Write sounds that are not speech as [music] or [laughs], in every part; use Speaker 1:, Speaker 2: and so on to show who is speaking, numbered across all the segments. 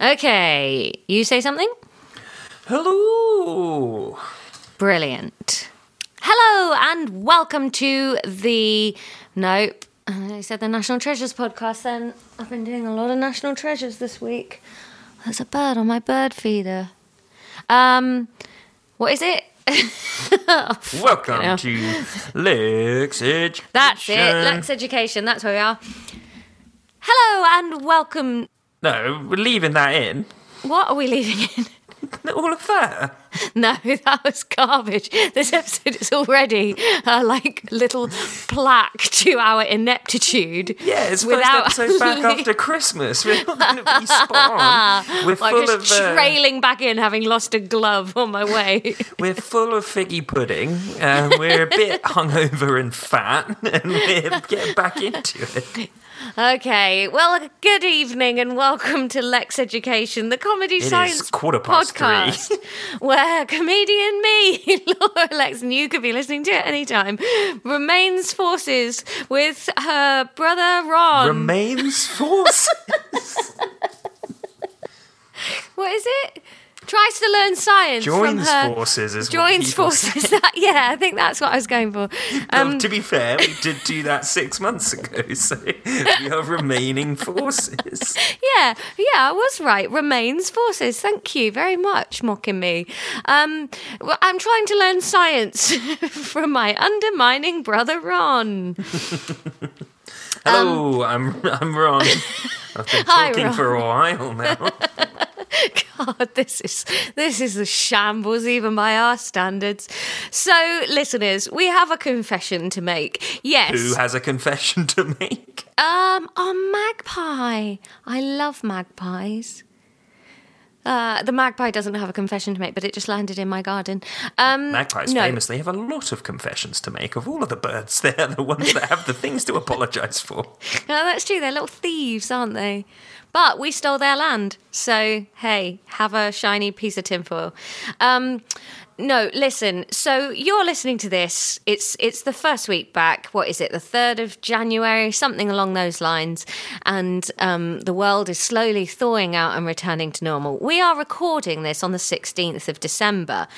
Speaker 1: Okay, you say something?
Speaker 2: Hello.
Speaker 1: Brilliant. Hello and welcome to the. Nope. I said the National Treasures podcast then. I've been doing a lot of National Treasures this week. There's a bird on my bird feeder. Um, what is it? [laughs]
Speaker 2: Welcome
Speaker 1: hell.
Speaker 2: to Lex Edge.
Speaker 1: That's it. Lex Education. That's where we are. Hello and welcome.
Speaker 2: No, we're leaving that in.
Speaker 1: What are we leaving in?
Speaker 2: All of that.
Speaker 1: [laughs] No, that was garbage. This episode is already a like little plaque to our ineptitude.
Speaker 2: Yeah, it's
Speaker 1: Without
Speaker 2: first
Speaker 1: [laughs]
Speaker 2: episode back
Speaker 1: actually-
Speaker 2: after Christmas. We're not going to be
Speaker 1: [laughs]
Speaker 2: spot on. We're
Speaker 1: I'm
Speaker 2: full of
Speaker 1: just
Speaker 2: uh,
Speaker 1: trailing back in, having lost a glove on my way. [laughs]
Speaker 2: we're full of figgy pudding. Um, we're
Speaker 1: [laughs]
Speaker 2: a bit hungover and fat, [laughs] and we're getting back into it.
Speaker 1: okay, well, good evening and welcome to Lex Education, the comedy
Speaker 2: is
Speaker 1: science
Speaker 2: quarter past three.
Speaker 1: podcast, [laughs] where comedian me, [laughs] Laura Lex, and you could be listening to it anytime, remains forces with her brother Ron.
Speaker 2: Remains force.
Speaker 1: what is it? Tries to learn science. [laughs] from
Speaker 2: Joins
Speaker 1: her,
Speaker 2: forces is what
Speaker 1: Joins
Speaker 2: people
Speaker 1: forces. [laughs] That, yeah, I think that's what I was going
Speaker 2: [laughs]
Speaker 1: for. Um,
Speaker 2: Well, to be fair, we did do that six months ago, [laughs] so we are
Speaker 1: [laughs]
Speaker 2: remaining forces.
Speaker 1: Yeah, yeah, I was right. Remains forces. Thank you very much, mocking me. Um, well, I'm trying to learn science [laughs] from my undermining brother Ron. [laughs]
Speaker 2: Hello, I'm I'm
Speaker 1: [laughs]
Speaker 2: Ron. I've been
Speaker 1: Um, Hi,
Speaker 2: talking
Speaker 1: Ron.
Speaker 2: for a
Speaker 1: [laughs]
Speaker 2: while now.
Speaker 1: God, this is this is a shambles even by our standards. So, listeners, we have a confession to make. Yes,
Speaker 2: Who has a confession to make?
Speaker 1: Um, on Magpie. I love magpies. Uh, the magpie doesn't have a confession to make, but it just landed in my garden. Um,
Speaker 2: Magpies
Speaker 1: no.
Speaker 2: famously have a lot of confessions to make. Of all of the birds, [laughs] they're the ones that have the things to apologise for.
Speaker 1: [laughs] No, Oh, that's true. They're little thieves, aren't they? But we stole their land. So, hey, have a shiny piece of tinfoil. Um, no, listen. So you're listening to this. It's it's the first week back. What is it? The third of January, something along those lines. And um, the world is slowly thawing out and returning to normal. We are recording this on the 16th of December.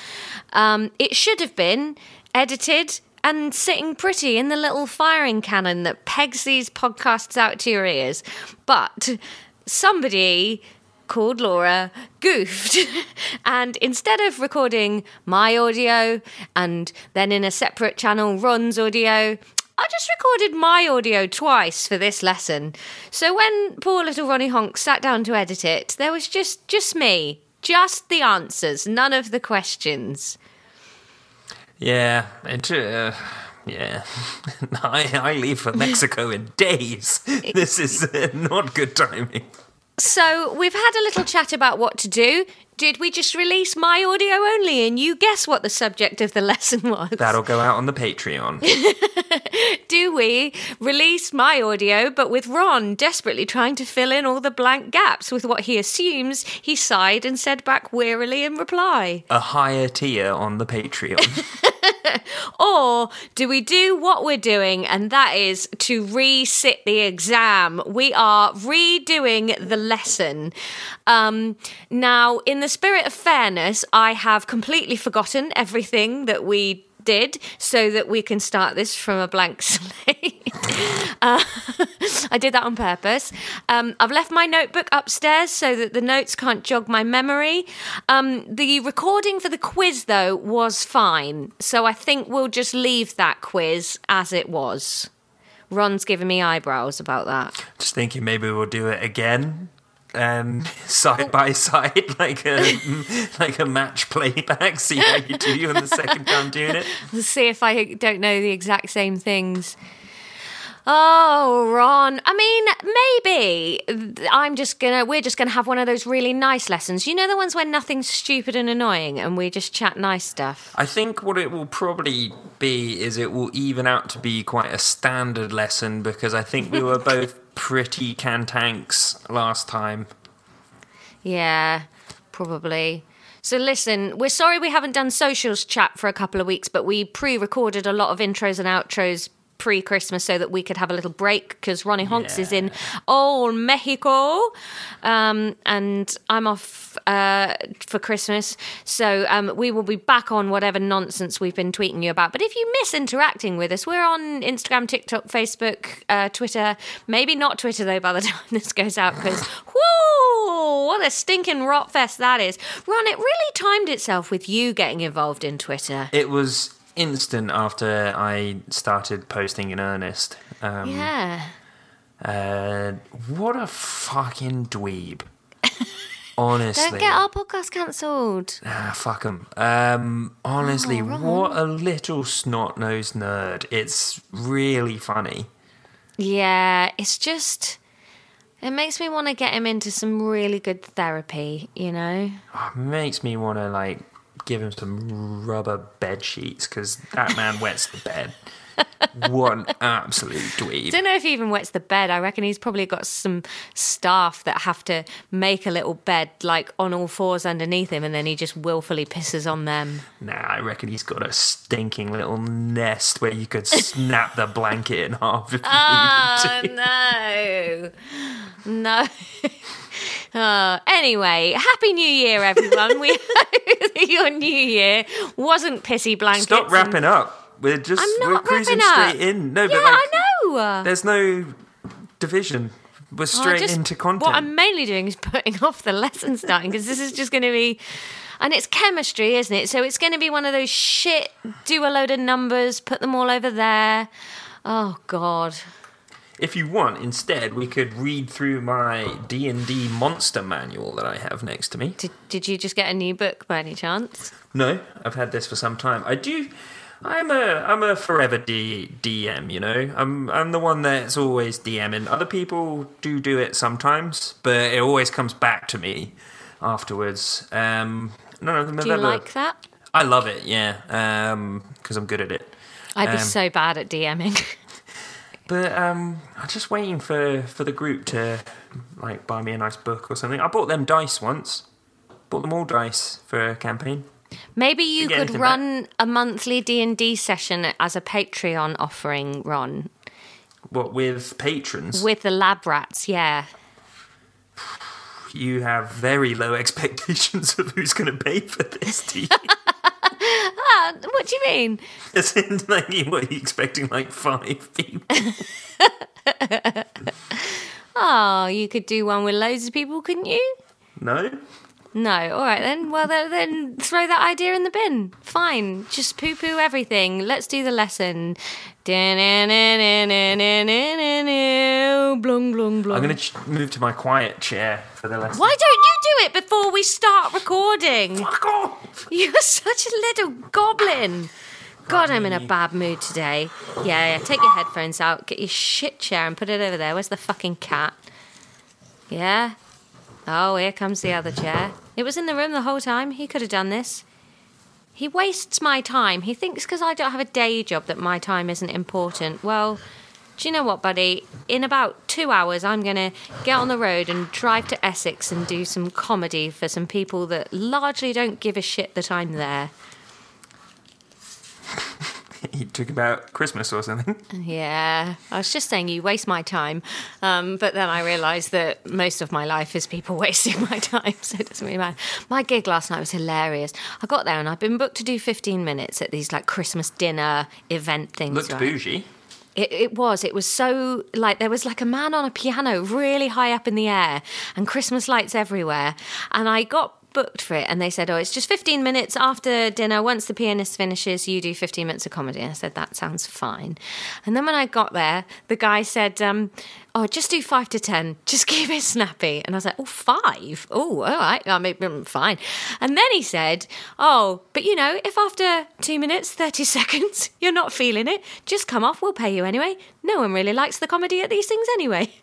Speaker 1: Um, it should have been edited and sitting pretty in the little firing cannon that pegs these podcasts out to your ears. But somebody called Laura goofed. [laughs] and instead of recording my audio and then in a separate channel, Ron's audio, I just recorded my audio twice for this lesson. So when poor little Ronnie Honk sat down to edit it, there was just just me, just the answers, none of the questions.
Speaker 2: Yeah, it, uh, yeah. [laughs] I, I leave for Mexico in
Speaker 1: [laughs]
Speaker 2: days. This is uh, not good timing.
Speaker 1: So we've had a little chat about what to do. Did we just release my audio only and you guess what the subject of the [laughs] lesson was?
Speaker 2: That'll go out on the Patreon.
Speaker 1: [laughs] do we release my audio but with Ron desperately trying to fill in all the blank gaps with what he assumes he sighed and said back wearily in reply?
Speaker 2: a higher tier on the Patreon.
Speaker 1: Or do we do what we're doing, and that is to resit the exam? We are redoing the lesson. Um, now, in the spirit of fairness, I have completely forgotten everything that we did so that we can start this from a blank [laughs] slate. Uh, I did that on purpose. Um, I've left my notebook upstairs so that the notes can't jog my memory. Um, the recording for the quiz, though, was fine. So I think we'll just leave that quiz as it was. Ron's giving me eyebrows about that.
Speaker 2: Just thinking maybe we'll do it again. [laughs] Um, side by side, [laughs] like a like a match playback. See how you do on the second time doing it.
Speaker 1: Let's see if I don't know the exact same things. Oh, Ron. I mean, maybe I'm just gonna, we're just gonna have one of those really nice lessons. You know, the ones where nothing's stupid and annoying and we just chat nice stuff.
Speaker 2: [laughs] I think what it will probably be is it will even out to be quite a standard lesson because I think we were both [laughs] pretty cantanks last time.
Speaker 1: Yeah, probably. So listen, we're sorry we haven't done socials chat for a couple of weeks, but we pre-recorded a lot of intros and outros pre Christmas so that we could have a little break because Ronnie Honks is in Old Mexico. Um, and I'm off uh, for Christmas. So um, we will be back on whatever nonsense we've been tweeting you about. But if you miss interacting with us, we're on Instagram, TikTok, Facebook, uh, Twitter. Maybe not Twitter, though, by the [laughs] time this goes out because, whoo, what a stinking rot fest that is. Ron, it really timed itself with you getting involved in Twitter.
Speaker 2: It was instant after I started posting in earnest. Um,
Speaker 1: yeah.
Speaker 2: uh, what a fucking [laughs] dweeb. Honestly.
Speaker 1: Don't get our podcast cancelled.
Speaker 2: Ah, fuck 'em. Um, honestly,
Speaker 1: Oh, Ron.
Speaker 2: what a little snot nosed nerd. It's really funny.
Speaker 1: Yeah, it's just. It makes me want to get him into some really good therapy, you know?
Speaker 2: Oh, makes me want to, like, give him some rubber bed sheets because
Speaker 1: [laughs]
Speaker 2: that man wets the bed. what an absolute dweeb.
Speaker 1: Don't know if he even wets the bed. I reckon he's probably got some staff that have to make a little bed, like on all fours underneath him, and then he just willfully pisses on them.
Speaker 2: Nah, I reckon he's got a stinking little nest where you could snap the blanket in half if
Speaker 1: [laughs]
Speaker 2: you
Speaker 1: Oh,
Speaker 2: needed to.
Speaker 1: no. No. [laughs] Uh, anyway, Happy New Year, everyone. We [laughs] hope that your new year wasn't pissy blankets.
Speaker 2: Stop
Speaker 1: and-
Speaker 2: wrapping up. We're just
Speaker 1: I'm not
Speaker 2: we're cruising
Speaker 1: wrapping up.
Speaker 2: straight in. No,
Speaker 1: Yeah,
Speaker 2: but like,
Speaker 1: I know.
Speaker 2: there's no division. We're
Speaker 1: Well, I
Speaker 2: straight
Speaker 1: just-
Speaker 2: into content.
Speaker 1: What I'm mainly doing is putting [laughs] off the lesson starting because this is just going to be, and it's chemistry, isn't it? So it's going to be one of those shit. Do a load of numbers, put them all over there. Oh God.
Speaker 2: If you want, instead, we could read through my D and D monster manual that I have next to me.
Speaker 1: Did, did you just get a new book by any chance?
Speaker 2: No, I've had this for some time. I do. I'm a I'm a forever D, DM. You know, I'm I'm the one that's always DMing. Other people do do it sometimes, but it always comes back to me afterwards. Um, none of them have
Speaker 1: Do you
Speaker 2: ever.
Speaker 1: like that?
Speaker 2: I love it. Yeah, because I'm good at it.
Speaker 1: I'd be
Speaker 2: Um,
Speaker 1: so bad at DMing. [laughs]
Speaker 2: But um, I'm just waiting for for the group to like buy me a nice book or something. I bought them dice once. Bought them all dice for a campaign.
Speaker 1: Maybe you
Speaker 2: get
Speaker 1: could
Speaker 2: anything
Speaker 1: run a monthly D and D session as a Patreon offering, Ron,
Speaker 2: What with patrons?
Speaker 1: with the lab rats. Yeah.
Speaker 2: you have very low [laughs] expectations of who's going to pay for this.
Speaker 1: [laughs]
Speaker 2: Do you?
Speaker 1: Uh, What do you mean?
Speaker 2: As in, like, you- what are you expecting? Like five
Speaker 1: [laughs]
Speaker 2: people?
Speaker 1: Oh, you could do one with loads of people, couldn't you?
Speaker 2: No.
Speaker 1: No, all right then. Well, then, then throw that idea in the bin. Fine, just poo poo everything. Let's do the lesson. Blung, blung, blung.
Speaker 2: I'm going to ch- move to my quiet chair for the lesson.
Speaker 1: Why don't you do it before we start recording? [laughs]
Speaker 2: Fuck off! [laughs]
Speaker 1: You're such a little goblin. God, I'm in a bad mood today. Yeah, yeah, take your headphones out, get your shit chair and put it over there. Where's the fucking cat? Yeah. Oh, here comes the other chair. It was in the room the whole time. He could have done this. He wastes my time. He thinks because I don't have a day job that my time isn't important. Well, do you know what, buddy? In about two hours, I'm going to get on the road and drive to Essex and do some comedy for some people that largely don't give a shit that I'm there.
Speaker 2: He took about Christmas or something.
Speaker 1: Yeah, I was just saying you waste my time, um, but then I realised that most of my life is people [laughs] wasting my time, so it doesn't really matter. My gig last night was hilarious. I got there and I've been booked to do 15 minutes at these like Christmas dinner event things.
Speaker 2: Looked
Speaker 1: right?
Speaker 2: bougie.
Speaker 1: It, it was. It was so like there was like a man on a piano really high up in the air and Christmas lights everywhere. And I got booked for it and they said, Oh, it's just 15 minutes after dinner. Once the pianist finishes, you do 15 minutes of comedy. And I said, That sounds fine. And then when I got there, the guy said, um, Oh, just do five to 10. Just [laughs] keep it snappy. And I was like, Oh, five? Oh, all right. I mean, mm, fine. And then he said, Oh, but you know, if after two minutes, 30 [laughs] seconds, you're not feeling it, just come off. We'll pay you anyway. No one really likes the comedy at these things anyway. [laughs]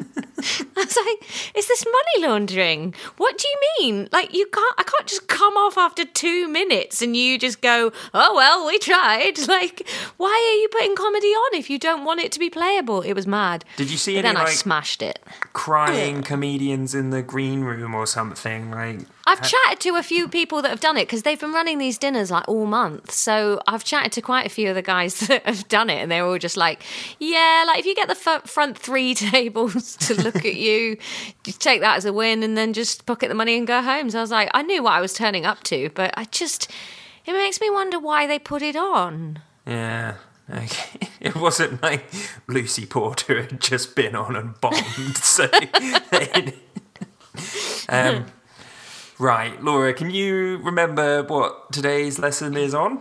Speaker 1: I was like, is this money laundering? What do you mean? Like you can't I can't just come off after two minutes and you just go, Oh well, we tried. [laughs] Like, why are you putting comedy on if you don't want it to be playable? It was mad.
Speaker 2: Did you see
Speaker 1: But
Speaker 2: any,
Speaker 1: then I
Speaker 2: like-
Speaker 1: smashed it.
Speaker 2: Crying comedians in the green room or something. Like,
Speaker 1: I've chatted to a few people that have done it because they've been running these dinners like all month. So I've chatted to quite a few of the guys [laughs] that have done it, and they're all just like, "Yeah, like if you get the f- front three [laughs] tables to look at you, you take that as a win, and then just pocket the money and go home." So I was like, I knew what I was turning up to, but I just it makes me wonder why they put it on.
Speaker 2: yeah. [laughs] Okay. It wasn't like Lucy Porter had just been on and bombed. so, [laughs] um, right, Laura, can you remember what today's lesson is on?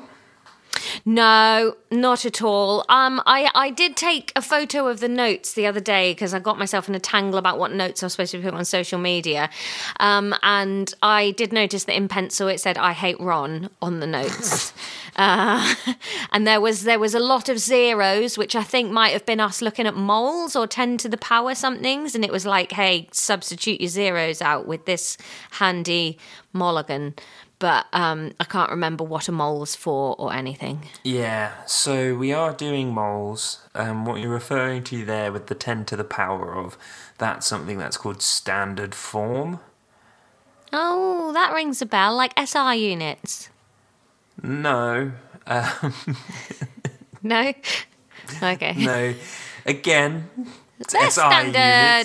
Speaker 1: No, not at all. Um, I, I did take a photo of the notes the other day because I got myself in a tangle about what notes I'm supposed to be putting on social media. Um, and I did notice that in pencil it said, I hate Ron on the notes. uh, [laughs] and there was there was a lot of zeros, which I think might have been us looking at moles or 10 to the power somethings. And it was like, hey, substitute your zeros out with this handy mulligan. But um, I can't remember what a mole's for or anything.
Speaker 2: Yeah, so we are doing moles. Um, what you're referring to there with the 10 to the power of, that's something that's called standard form.
Speaker 1: Oh, that rings a bell, like SR units.
Speaker 2: No, [laughs]
Speaker 1: No? Okay.
Speaker 2: no. Again, it's
Speaker 1: They're
Speaker 2: SI
Speaker 1: standard.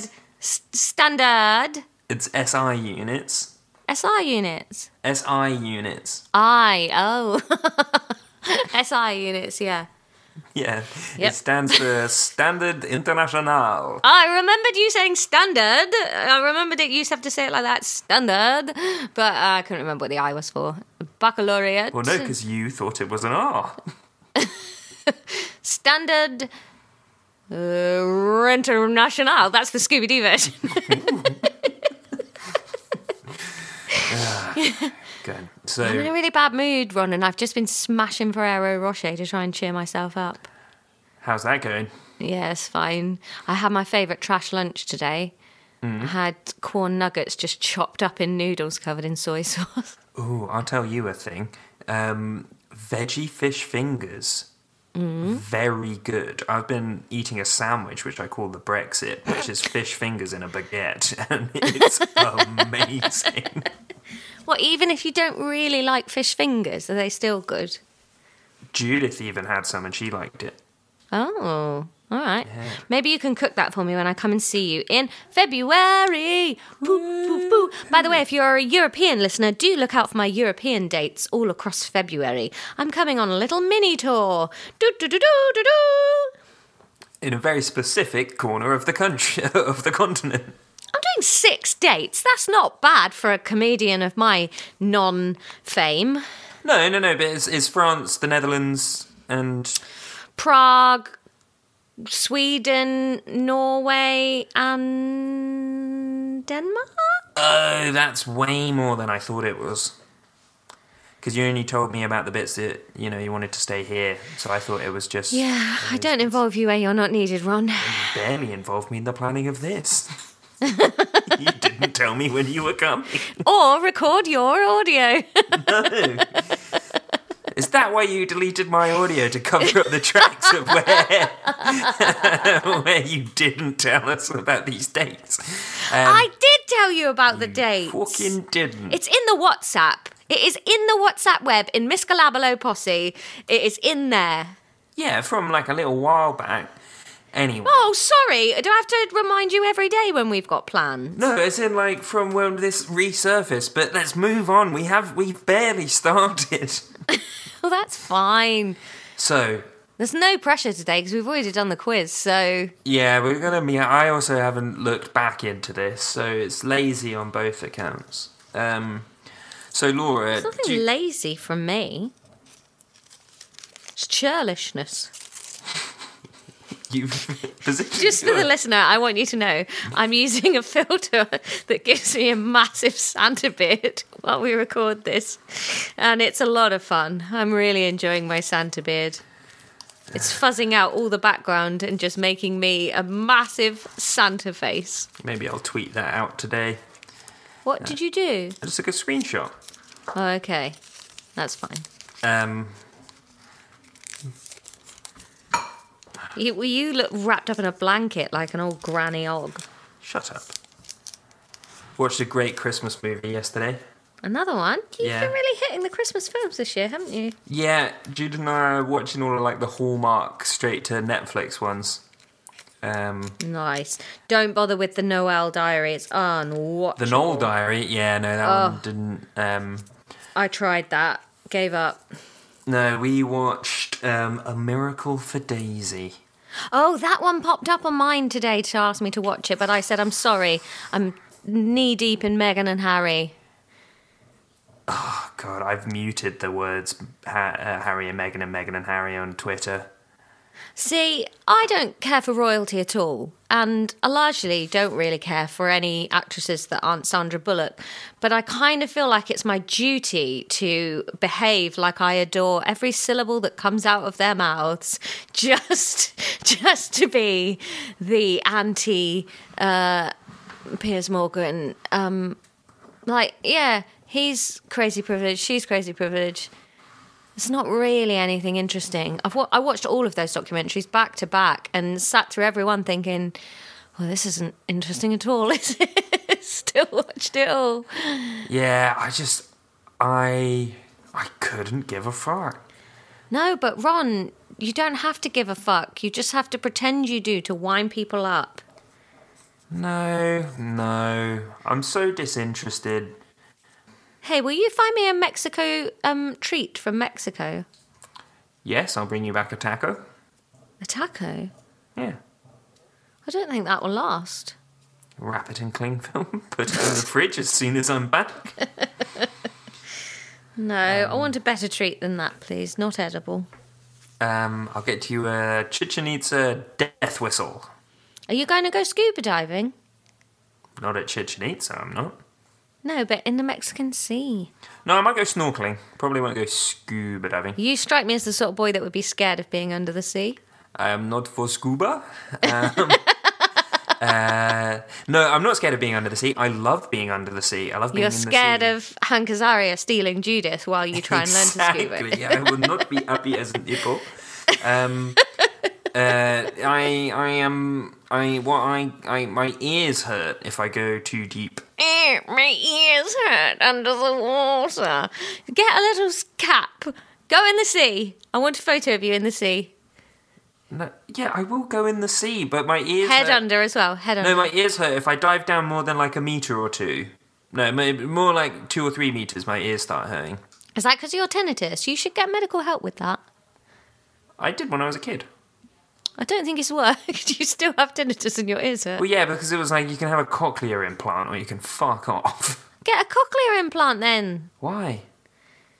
Speaker 2: units.
Speaker 1: S- standard.
Speaker 2: It's SI units.
Speaker 1: SR units.
Speaker 2: SI units.
Speaker 1: I, oh. [laughs] SI units, yeah.
Speaker 2: Yeah.
Speaker 1: Yep.
Speaker 2: It stands for Standard International.
Speaker 1: I remembered you saying standard. I remembered it. You used to have to say it like that, standard. But uh, I couldn't remember what the I was for. Baccalaureate.
Speaker 2: Well, no, because you thought it was an R.
Speaker 1: standard uh, international. That's the Scooby Doo version.
Speaker 2: Good. So,
Speaker 1: I'm in a really bad mood, Ron, and I've just been smashing Ferrero Rocher to try and cheer myself up.
Speaker 2: how's that going?
Speaker 1: Yeah, it's fine. I had my favourite trash lunch today. I had corn nuggets just chopped up in noodles covered in soy [laughs] sauce.
Speaker 2: Ooh, I'll tell you a thing. Um, veggie fish fingers. Very good. I've been eating a sandwich, which I call the Brexit, which is fish fingers in a baguette, [laughs] and it's amazing. [laughs]
Speaker 1: Well, even if you don't really like fish fingers, are they still good?
Speaker 2: Judith even had some, and she liked it.
Speaker 1: Oh, all right.
Speaker 2: Yeah.
Speaker 1: Maybe you can cook that for me when I come and see you in February. Poo, poo, poo. By the way, if you're a European listener, do look out for my European dates all across February. I'm coming on a little mini tour. Do, do, do, do, do, do.
Speaker 2: In a very specific corner of the country, [laughs] of the continent.
Speaker 1: I'm doing six dates. That's not bad for a comedian of my non fame.
Speaker 2: No, no, no, but it's, it's France, the Netherlands, and
Speaker 1: Prague, Sweden, Norway, and Denmark?
Speaker 2: Oh, that's way more than I thought it was. Because you only told me about the bits that you know you wanted to stay here, so I thought it was just
Speaker 1: Yeah, I don't involve you where you're not needed, Ron.
Speaker 2: barely involved me in the planning of
Speaker 1: [laughs]
Speaker 2: this. [laughs] you didn't tell me when you were coming.
Speaker 1: or record your audio. [laughs]
Speaker 2: Is that why you deleted my audio to cover up the tracks of where [laughs] where you didn't tell us about these dates? Um,
Speaker 1: I did tell you about the date.
Speaker 2: fucking didn't.
Speaker 1: It's in the WhatsApp. It is in the WhatsApp web in Miss Galabalo Posse. It is in there.
Speaker 2: Yeah, from like a little while back. Anyway.
Speaker 1: Oh, sorry. Do I have to remind you every day when we've got plans? [laughs]
Speaker 2: No, it's in like from when this resurfaced. But let's move on. We have we've barely started. [laughs]
Speaker 1: Well, that's fine.
Speaker 2: So
Speaker 1: There's no pressure today because we've already done the quiz. So,
Speaker 2: yeah, we're gonna. be- I also haven't looked back into this, so it's lazy on both accounts. Um, so Laura,
Speaker 1: it's nothing
Speaker 2: do you-
Speaker 1: lazy from me. It's churlishness.
Speaker 2: [laughs] you've
Speaker 1: [laughs]
Speaker 2: positioned
Speaker 1: Just for the
Speaker 2: your-
Speaker 1: listener, I want you to know I'm using a filter [laughs] that gives me a massive Santa beard [laughs] while we record this. And it's a lot of fun. I'm really enjoying my Santa beard. It's fuzzing out all the background and just making me a massive Santa face.
Speaker 2: Maybe I'll tweet that out today.
Speaker 1: What did you do?
Speaker 2: I just took a screenshot.
Speaker 1: Oh, okay. That's fine.
Speaker 2: Um,
Speaker 1: You, well, you look wrapped up in a blanket like an old granny og.
Speaker 2: shut up. Watched a great Christmas movie yesterday.
Speaker 1: Another one? You've
Speaker 2: Yeah.
Speaker 1: been really hitting the Christmas films this year, haven't you?
Speaker 2: Yeah, Jude and I are watching all of like the Hallmark straight to Netflix ones. Um,
Speaker 1: Nice. Don't bother with the Noel Diary. It's unwatchable.
Speaker 2: the Knoll Diary. Yeah, no, that
Speaker 1: Oh.
Speaker 2: one didn't. Um,
Speaker 1: I tried that. Gave up.
Speaker 2: no, we watched um, A Miracle for Daisy.
Speaker 1: Oh, that one popped up on mine today to ask me to watch it, but I said, I'm sorry. I'm knee deep in Meghan and Harry.
Speaker 2: Oh, God, I've muted the words ha- uh, Harry and Meghan and Meghan and Harry on Twitter.
Speaker 1: See, I don't care for royalty at all, and I largely don't really care for any actresses that aren't Sandra Bullock, but I kind of feel like it's my duty to behave like I adore every syllable that comes out of their mouths [laughs] just just to be the anti uh, Piers Morgan. Um, like, yeah, he's crazy privilege, she's crazy privilege. It's not really anything interesting. I've wa- I watched all of those documentaries back to back and sat through every one thinking, well, this isn't interesting at all, [laughs] is it? Still watched it all.
Speaker 2: Yeah, I just, I, I couldn't give a fuck.
Speaker 1: No, but Ron, you don't have to give a fuck. You just have to pretend you do to wind people up.
Speaker 2: No, no, I'm so disinterested.
Speaker 1: Hey, will you find me a Mexico um, treat from Mexico?
Speaker 2: Yes, I'll bring you back a taco.
Speaker 1: A taco?
Speaker 2: Yeah,
Speaker 1: I don't think that will last.
Speaker 2: wrap it in cling [laughs] film, put it in the fridge as soon as I'm back.
Speaker 1: No, I want a better treat than that, please. Not edible.
Speaker 2: Um, I'll get you a Chichen Itza death whistle.
Speaker 1: Are you going to go scuba diving?
Speaker 2: Not at Chichen Itza, I'm not.
Speaker 1: No, but in the Mexican Sea.
Speaker 2: No, I might go snorkeling. Probably won't go scuba diving.
Speaker 1: You strike me as the sort of boy that would be scared of being under the sea.
Speaker 2: I am not for scuba. Um, [laughs] uh, no, I'm not scared of being under the sea. I love being under the sea. I love being
Speaker 1: You're
Speaker 2: in the sea.
Speaker 1: scared of Hank Azaria stealing Judith while you try and learn to
Speaker 2: exactly.
Speaker 1: scuba. [laughs]
Speaker 2: yeah, I will not be happy as an hippo. Um, uh, I I am I what I, I my ears hurt if I go too deep.
Speaker 1: Eh, My ears hurt under the water. Get a little s- cap. Go in the sea. I want a photo of you in the sea.
Speaker 2: No, yeah, I will go in the sea, but my ears
Speaker 1: Head
Speaker 2: hurt.
Speaker 1: under as well. Head under.
Speaker 2: No, my ears hurt if I dive down more than like a meter or two. No, maybe more like two or three meters. My ears start hurting.
Speaker 1: Is that because you're tinnitus? You should get medical help with that.
Speaker 2: I did when I was a kid.
Speaker 1: I don't think it's worked. [laughs] you still have tinnitus and your ears hurt.
Speaker 2: Well, yeah, because it was like you can have a cochlear implant or you can fuck off. [laughs]
Speaker 1: Get a cochlear implant then.
Speaker 2: Why?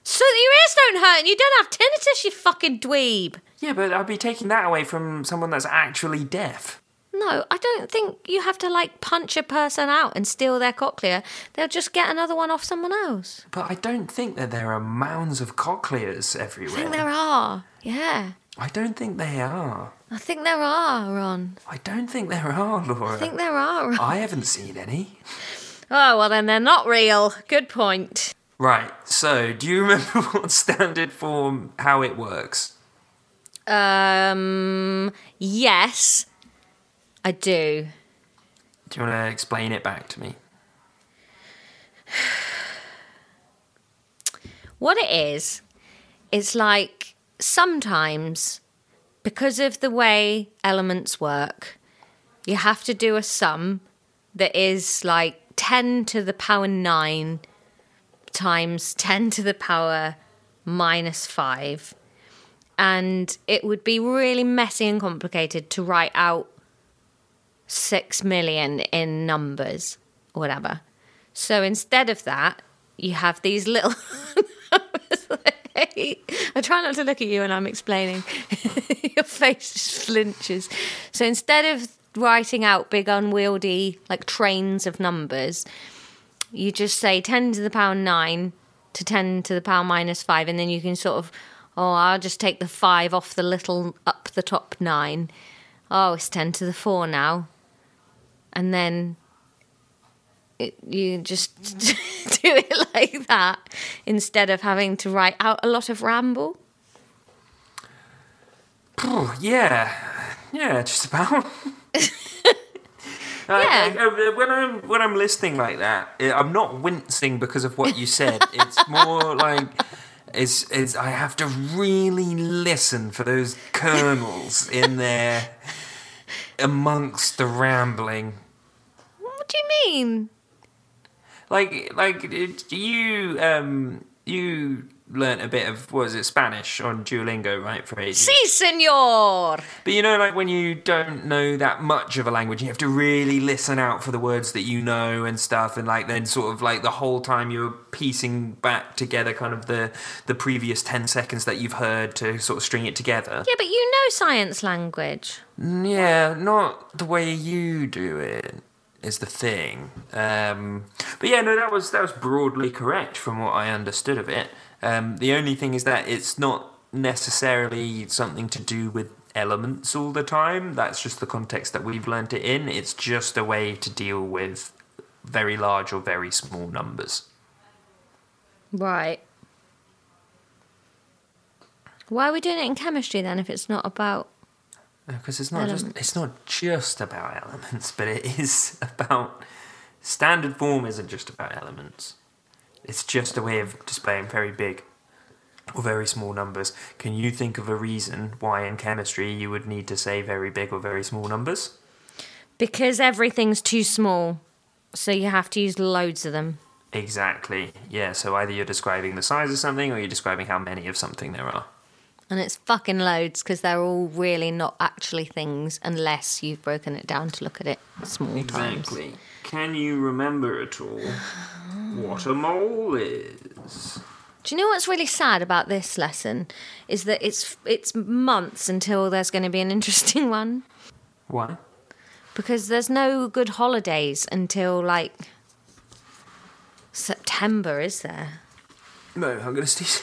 Speaker 1: So that your ears don't hurt and you don't have tinnitus, you fucking dweeb.
Speaker 2: Yeah, but I'd be taking that away from someone that's actually deaf.
Speaker 1: No, I don't think you have to like punch a person out and steal their cochlea. They'll just get another one off someone else.
Speaker 2: But I don't think that there are mounds of cochleas
Speaker 1: I think
Speaker 2: everywhere.
Speaker 1: there are. Yeah.
Speaker 2: I don't think they are.
Speaker 1: I think there are, Ron.
Speaker 2: I don't think there are, Laura.
Speaker 1: I think there are. Ron.
Speaker 2: I haven't seen any.
Speaker 1: [laughs] Oh, well, then they're not real. Good point.
Speaker 2: Right, so do you remember [laughs] what standard form, how it works?
Speaker 1: Um, yes, I do.
Speaker 2: Do you want to explain it back to me?
Speaker 1: What it is, it's like sometimes because of the way elements work, you have to do a sum that is like 10 to the power 9 times 10 to the power minus 5. And it would be really messy and complicated to write out 6 million in numbers or whatever. So instead of that, you have these little. [laughs] I try not to look at you when I'm explaining. [laughs] Your face just flinches. So instead of writing out big unwieldy like trains of numbers, you just say 10 to the power 9 to 10 to the power minus 5 and then you can sort of Oh, I'll just take the five off the little up the top nine. Oh, it's 10 to the four now. And then it, you just [laughs] do it like that instead of having to write out a lot of ramble.
Speaker 2: Oh, yeah, yeah, just about. [laughs]
Speaker 1: Yeah.
Speaker 2: I, I, I- when I'm when I'm listening like that, I- I'm not wincing because of what you said. It's more like it's, it's I have to really listen for those kernels in there amongst the rambling.
Speaker 1: What do you mean?
Speaker 2: Like like it, you um you learnt a bit of what is it Spanish on Duolingo right for ages.
Speaker 1: Si, senor.
Speaker 2: But you know, like when you don't know that much of a language, you have to really listen out for the words that you know and stuff, and like then sort of like the whole time you're piecing back together kind of the the previous ten seconds that you've heard to sort of string it together.
Speaker 1: Yeah, but you know science language.
Speaker 2: Mm, Yeah, not the way you do it is the thing. Um, but yeah, no, that was that was broadly correct from what I understood of it. Um, the only thing is that it's not necessarily something to do with elements all the time. That's just the context that we've learnt it in. It's just a way to deal with very large or very small numbers.
Speaker 1: Right. Why are we doing it in chemistry then if it's not about.
Speaker 2: because Uh, it's not just
Speaker 1: Elements.
Speaker 2: it's not just about elements, but it is [laughs] about standard form isn't just about elements. It's just a way of displaying very big or very small numbers. Can you think of a reason why in chemistry you would need to say very big or very small numbers?
Speaker 1: Because everything's too small, so you have to use loads of them.
Speaker 2: Exactly. Yeah, so either you're describing the size of something or you're describing how many of something there are.
Speaker 1: And it's fucking loads because they're all really not actually things unless you've broken it down to look at it small times.
Speaker 2: Can you remember at all [sighs] what a mole is?
Speaker 1: Do you know what's really sad about this lesson is that it's it's months until there's going to be an interesting [laughs] one
Speaker 2: Why?
Speaker 1: because there's no good holidays until like September, is there?
Speaker 2: No, I'm gonna [laughs] sneeze.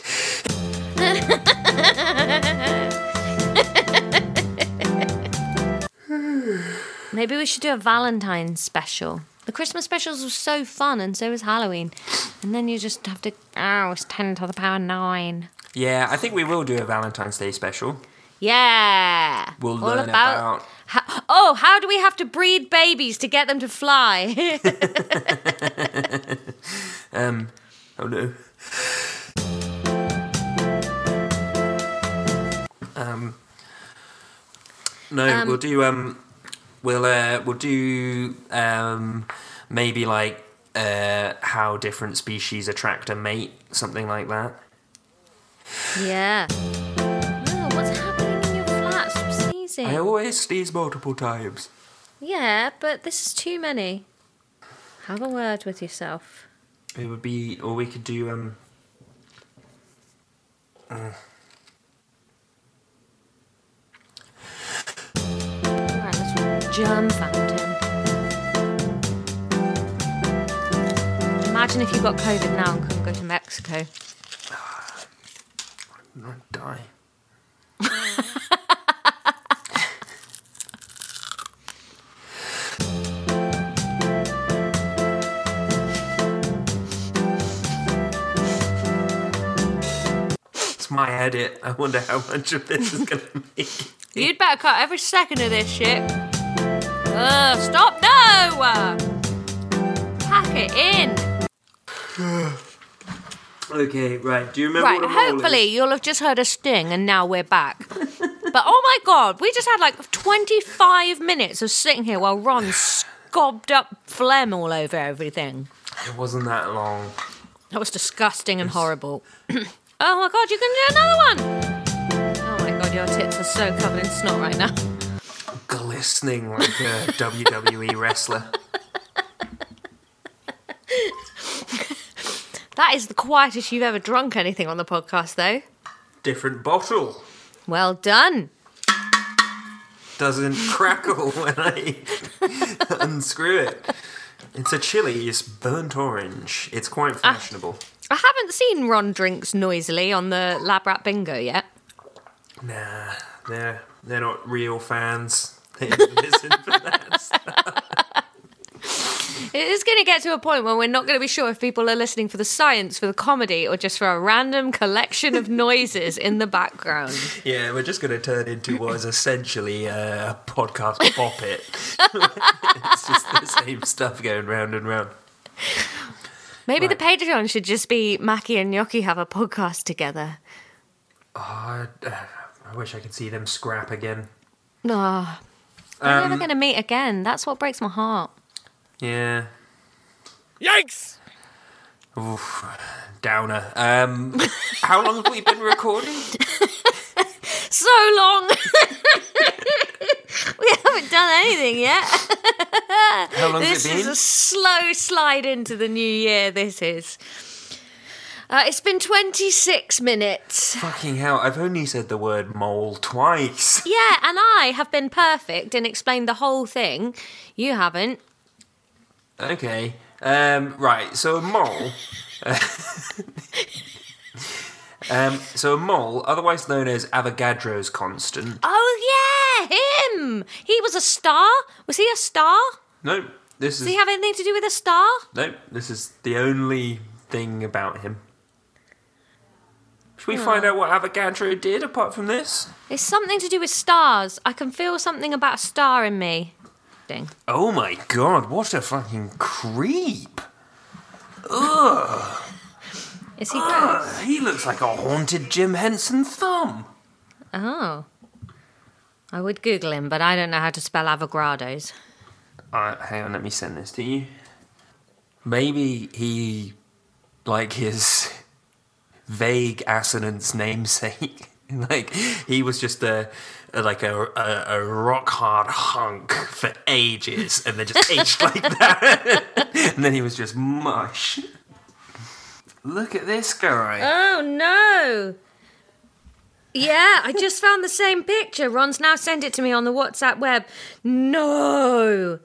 Speaker 1: Maybe we should do a Valentine's special. The Christmas specials were so fun, and so was Halloween. And then you just have to oh, it's ten to the power nine.
Speaker 2: Yeah, I think we will do a Valentine's Day special.
Speaker 1: Yeah.
Speaker 2: We'll learn about,
Speaker 1: ho- oh, how do we have to breed babies to get them to fly? [laughs]
Speaker 2: oh no. Um No, we'll do um we'll uh we'll do um maybe like uh how different species attract a mate, something like that.
Speaker 1: yeah. Oh, what's happening in your flat? Stop sneezing.
Speaker 2: I always sneeze multiple times.
Speaker 1: yeah, but this is too many. Have a word with yourself.
Speaker 2: It would be or we could do um
Speaker 1: All right, let's germ fountain. Imagine if you got COVID now and couldn't go to Mexico.
Speaker 2: I'd die. [laughs] it's my edit. I wonder how much of this is going to be.
Speaker 1: You'd better cut every second of this shit. Ugh, stop now! Pack it in.
Speaker 2: Okay, right. Do you remember
Speaker 1: Right,
Speaker 2: what a mole is?
Speaker 1: hopefully you'll have just heard a sting and now we're back. but oh my god, we just had like 25 minutes of sitting here while Ron scobbed up phlegm all over everything.
Speaker 2: It wasn't that long.
Speaker 1: That was disgusting and horrible. [clears throat] oh my god, you can do another one! Oh my god, your tits are so covered in snot right now. [laughs]
Speaker 2: Glistening like a WWE wrestler.
Speaker 1: That is the quietest you've ever drunk anything on the podcast, though.
Speaker 2: Different bottle.
Speaker 1: Well done.
Speaker 2: [laughs] doesn't crackle when I [laughs] unscrew it. It's a Chili's burnt orange. It's quite fashionable.
Speaker 1: I haven't seen Ron drinks noisily on the Lab Rat Bingo yet.
Speaker 2: Nah, they're they're not real fans. [laughs] They listen for that. [laughs]
Speaker 1: It is going to get to a point where we're not going to be sure if people are listening for the science, for the comedy, or just for a random collection [laughs] of noises in the background.
Speaker 2: Yeah, we're just going to turn into what is essentially a podcast bop it. [laughs] it's just the same stuff going round and round.
Speaker 1: Maybe the Patreon should just be Mackie and Gnocchi have a podcast together.
Speaker 2: Ah, uh, I wish I could see them scrap again.
Speaker 1: No, they're never going to meet again. That's what breaks my heart.
Speaker 2: Yeah,
Speaker 3: Yikes!
Speaker 2: Oof, downer. Um, [laughs] how long have we been recording?
Speaker 1: So long. [laughs] we haven't done anything yet.
Speaker 2: How long
Speaker 1: This
Speaker 2: has it
Speaker 1: is
Speaker 2: been?
Speaker 1: a slow slide into the new year. This is. Uh, it's been 26 minutes.
Speaker 2: Fucking hell! I've only said the word mole twice. [laughs]
Speaker 1: Yeah, and I have been perfect and explained the whole thing. You haven't.
Speaker 2: Okay. Um, right. So a mole. [laughs] um, so a mole, otherwise known as Avogadro's constant.
Speaker 1: Oh, yeah, him! He was a star. Was he a star?
Speaker 2: No, this is
Speaker 1: Did he have anything to do with a star?
Speaker 2: no. This is the only thing about him. Should we find
Speaker 1: Hmm.
Speaker 2: out what Avogadro did apart from this?
Speaker 1: It's something to do with stars. I can feel something about a star in me. Ding.
Speaker 2: Oh my god! What a fucking creep!
Speaker 1: Is [gasps] he gross?
Speaker 2: Uh, He looks like a haunted Jim Henson thumb.
Speaker 1: Oh. I would Google him, but I don't know how to spell Avogadro's.
Speaker 2: Uh, hang on, let me send this to you. Maybe he, like his vague assonance namesake, [laughs] like he was just a, a- like a, a, a rock hard hunk for ages, and then just aged like that, [laughs] and then he was just mush. Look at this guy.
Speaker 1: Oh, no! Yeah, I just found the same picture. Ron's now sent it to me on the WhatsApp web. No!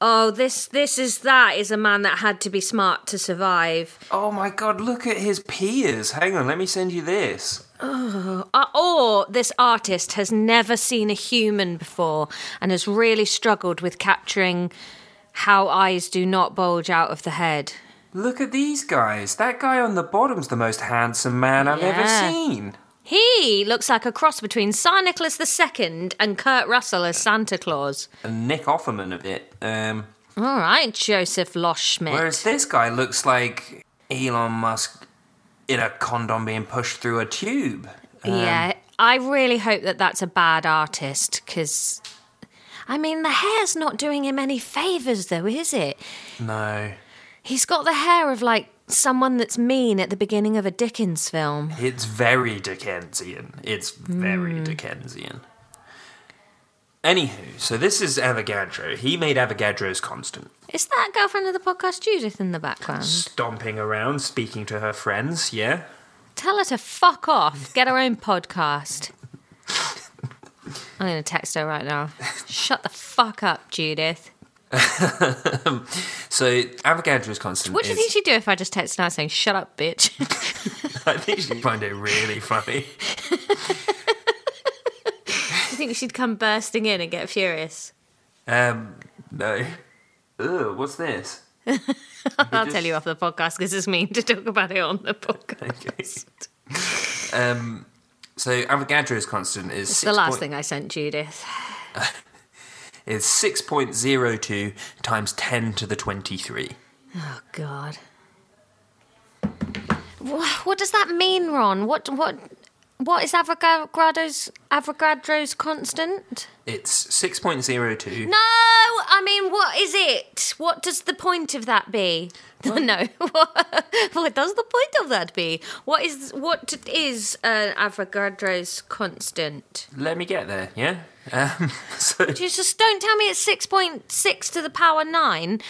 Speaker 1: Oh, this this is that is a man that had to be smart to survive.
Speaker 2: Oh my god, look at his peers. Hang on, let me send you this.
Speaker 1: Uh, or this artist has never seen a human before and has really struggled with capturing how eyes do not bulge out of the head.
Speaker 2: Look at these guys. That guy on the bottom's the most handsome man I've ever
Speaker 1: Yeah.
Speaker 2: seen.
Speaker 1: He looks like a cross between Sir Nicholas II and Kurt Russell as Santa Claus.
Speaker 2: and Nick Offerman of it. Um,
Speaker 1: All right, Joseph Losh Schmidt.
Speaker 2: whereas this guy looks like Elon Musk in a condom being pushed through a tube.
Speaker 1: yeah, I really hope that that's a bad artist because, I mean, the hair's not doing him any favours, though, is it?
Speaker 2: No,
Speaker 1: He's got the hair of like someone that's mean at the beginning of a Dickens film.
Speaker 2: it's very Dickensian. It's very Dickensian. Anywho, so this is Avogadro. He made Avogadro's constant,
Speaker 1: Is that girlfriend of the podcast Judith in the background?
Speaker 2: stomping around, speaking to her friends. Yeah,
Speaker 1: Tell her to fuck off. Get her own podcast. I'm going to text her right now. Shut the fuck up, Judith.
Speaker 2: so Avogadro's constant.
Speaker 1: What do you
Speaker 2: is-
Speaker 1: think she'd do if I just texted her saying, shut up, bitch?
Speaker 2: [laughs]
Speaker 1: [laughs]
Speaker 2: I think she'd find it really funny.
Speaker 1: I think she'd come bursting in and get furious.
Speaker 2: Um, no. Ugh, what's this? [laughs]
Speaker 1: I'll tell you off the podcast because it's mean to talk about it on the podcast.
Speaker 2: Okay. Um, so Avogadro's constant is
Speaker 1: It's the last thing I sent Judith.
Speaker 2: is six point zero two times ten to the twenty three.
Speaker 1: Oh God. What, what does that mean, Ron? What what what is Avogadro's Avogadro's constant?
Speaker 2: It's six point zero two.
Speaker 1: No, I mean, what is it? What does the point of that be? [laughs] No, what, what does the point of that be? What is what is uh, Avogadro's constant?
Speaker 2: Let me get there. Yeah. Um, [laughs] so
Speaker 1: You just don't tell me it's six point six to the power nine,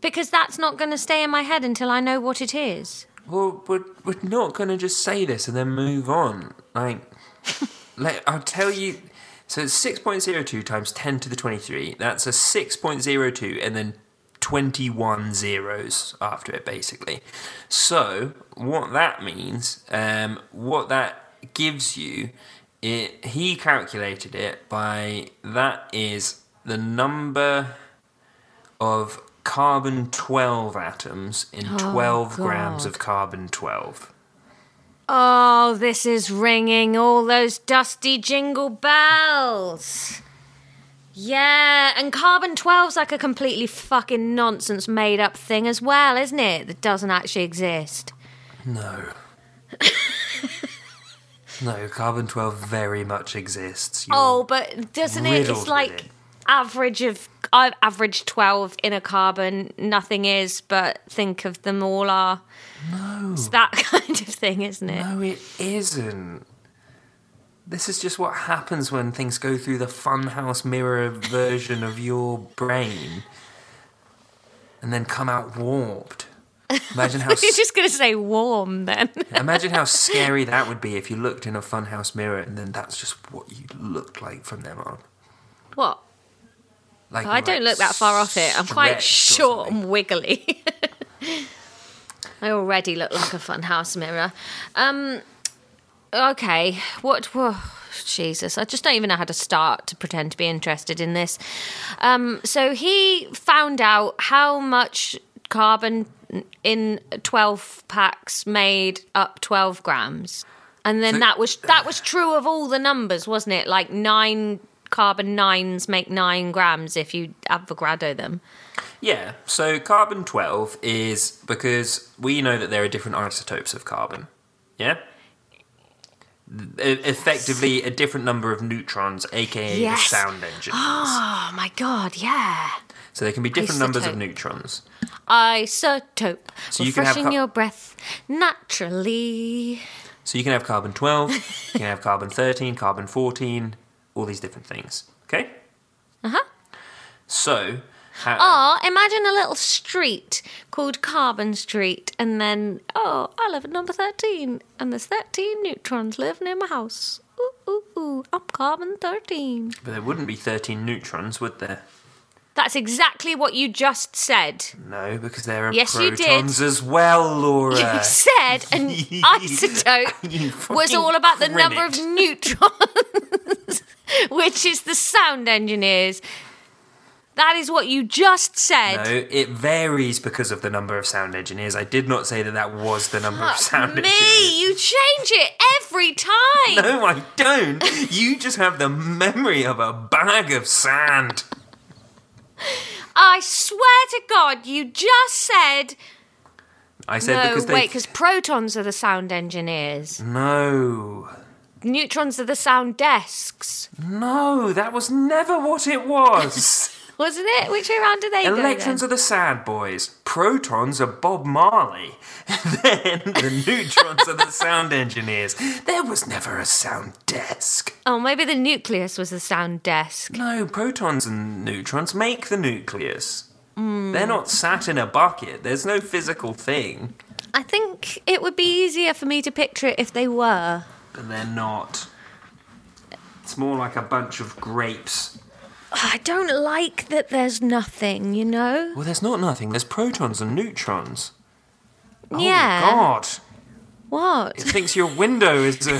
Speaker 1: because that's not going to stay in my head until I know what it is.
Speaker 2: we're, we're, we're not going to just say this and then move on. Like, let, I'll tell you. So it's six point zero two times ten to the twenty three. That's a six point zero two, and then 21 zeros after it, basically. So, what that means, um, what that gives you, it, he calculated it by that is the number of carbon 12 atoms in 12 grams
Speaker 1: Oh, God.
Speaker 2: of carbon 12.
Speaker 1: Oh, this is ringing all those dusty jingle bells. Yeah, and carbon 12's like a completely fucking nonsense made up thing as well, isn't it? That doesn't actually exist.
Speaker 2: No. [laughs] no, carbon 12 very much exists. You're-
Speaker 1: Oh, but doesn't it?
Speaker 2: riddled
Speaker 1: It's
Speaker 2: with
Speaker 1: like
Speaker 2: it.
Speaker 1: average of I've averaged 12 in a carbon, nothing is, but think of them all are. No. It's that [laughs] kind of thing, isn't it?
Speaker 2: No, it isn't. This is just what happens when things go through the funhouse mirror version of your brain and then come out warped.
Speaker 1: [laughs]
Speaker 2: Imagine
Speaker 1: [laughs]
Speaker 2: how
Speaker 1: You're just going to say warm then.
Speaker 2: imagine how scary that would be if you looked in a funhouse mirror and then that's just what you looked like from then on.
Speaker 1: [laughs] what?
Speaker 2: Like
Speaker 1: I don't look that far off it. I'm quite short and wiggly. [laughs] I already look like a funhouse mirror. Um, okay, what? Whoa, Jesus, I just don't even know how to start to pretend to be interested in this. Um, so he found out how much carbon in 12 packs made up 12 grams. And then
Speaker 2: So-
Speaker 1: that was that was true of all the numbers, wasn't it? Like nine carbon nines make nine grams if you Avogadro them.
Speaker 2: Yeah, so carbon 12 is because we know that there are different isotopes of carbon. Yeah? E- Effectively, a different number of neutrons, aka
Speaker 1: Yes.
Speaker 2: the sound engine.
Speaker 1: Oh my god, yeah.
Speaker 2: so there can be different numbers of
Speaker 1: isotope.
Speaker 2: neutrons.
Speaker 1: Isotope,
Speaker 2: So you can have
Speaker 1: refreshing
Speaker 2: co-
Speaker 1: your breath naturally.
Speaker 2: So you can have carbon 12, you can have carbon 13, carbon 14, all these different things. Okay? Uh huh.
Speaker 1: Uh-huh.
Speaker 2: So, how,
Speaker 1: Or imagine a little street called Carbon Street, and then, oh, I live at number 13, and there's 13 neutrons live near my house. Ooh, ooh, ooh, I'm Carbon 13.
Speaker 2: but there wouldn't be 13 neutrons, would there?
Speaker 1: That's exactly what you just said.
Speaker 2: No, because there are
Speaker 1: Yes, you did.
Speaker 2: protons as well, Laura.
Speaker 1: You
Speaker 2: [laughs]
Speaker 1: said an
Speaker 2: You
Speaker 1: isotope was
Speaker 2: fucking
Speaker 1: all about the
Speaker 2: crit
Speaker 1: number
Speaker 2: it.
Speaker 1: of
Speaker 2: [laughs]
Speaker 1: neutrons, [laughs] which is the sound engineers. That is what you just said.
Speaker 2: No, it varies because of the number of sound engineers. I did not say that that was the number of sound engineers.
Speaker 1: Me, you change it every time.
Speaker 2: No, I don't. You just have the memory of a bag of sand.
Speaker 1: I swear to God, you just said
Speaker 2: I said
Speaker 1: no.
Speaker 2: because they.
Speaker 1: wait, because protons are the sound engineers.
Speaker 2: no,
Speaker 1: Neutrons are the sound desks,
Speaker 2: no, that was never what it was.
Speaker 1: wasn't it? Which way round do they go?
Speaker 2: Electrons
Speaker 1: then?
Speaker 2: are the sad boys. Protons are Bob Marley. [laughs] then the neutrons are the sound engineers. There was never a sound desk.
Speaker 1: Oh, maybe the nucleus was the sound desk.
Speaker 2: No, protons and neutrons make the nucleus. They're not sat in a bucket. There's no physical thing,
Speaker 1: I think it would be easier for me to picture it if they were.
Speaker 2: but they're not. It's more like a bunch of grapes.
Speaker 1: I don't like that there's nothing, you know?
Speaker 2: Well, there's not nothing. There's protons and neutrons.
Speaker 1: yeah.
Speaker 2: Oh God! It
Speaker 1: What?
Speaker 2: thinks your window is [laughs] a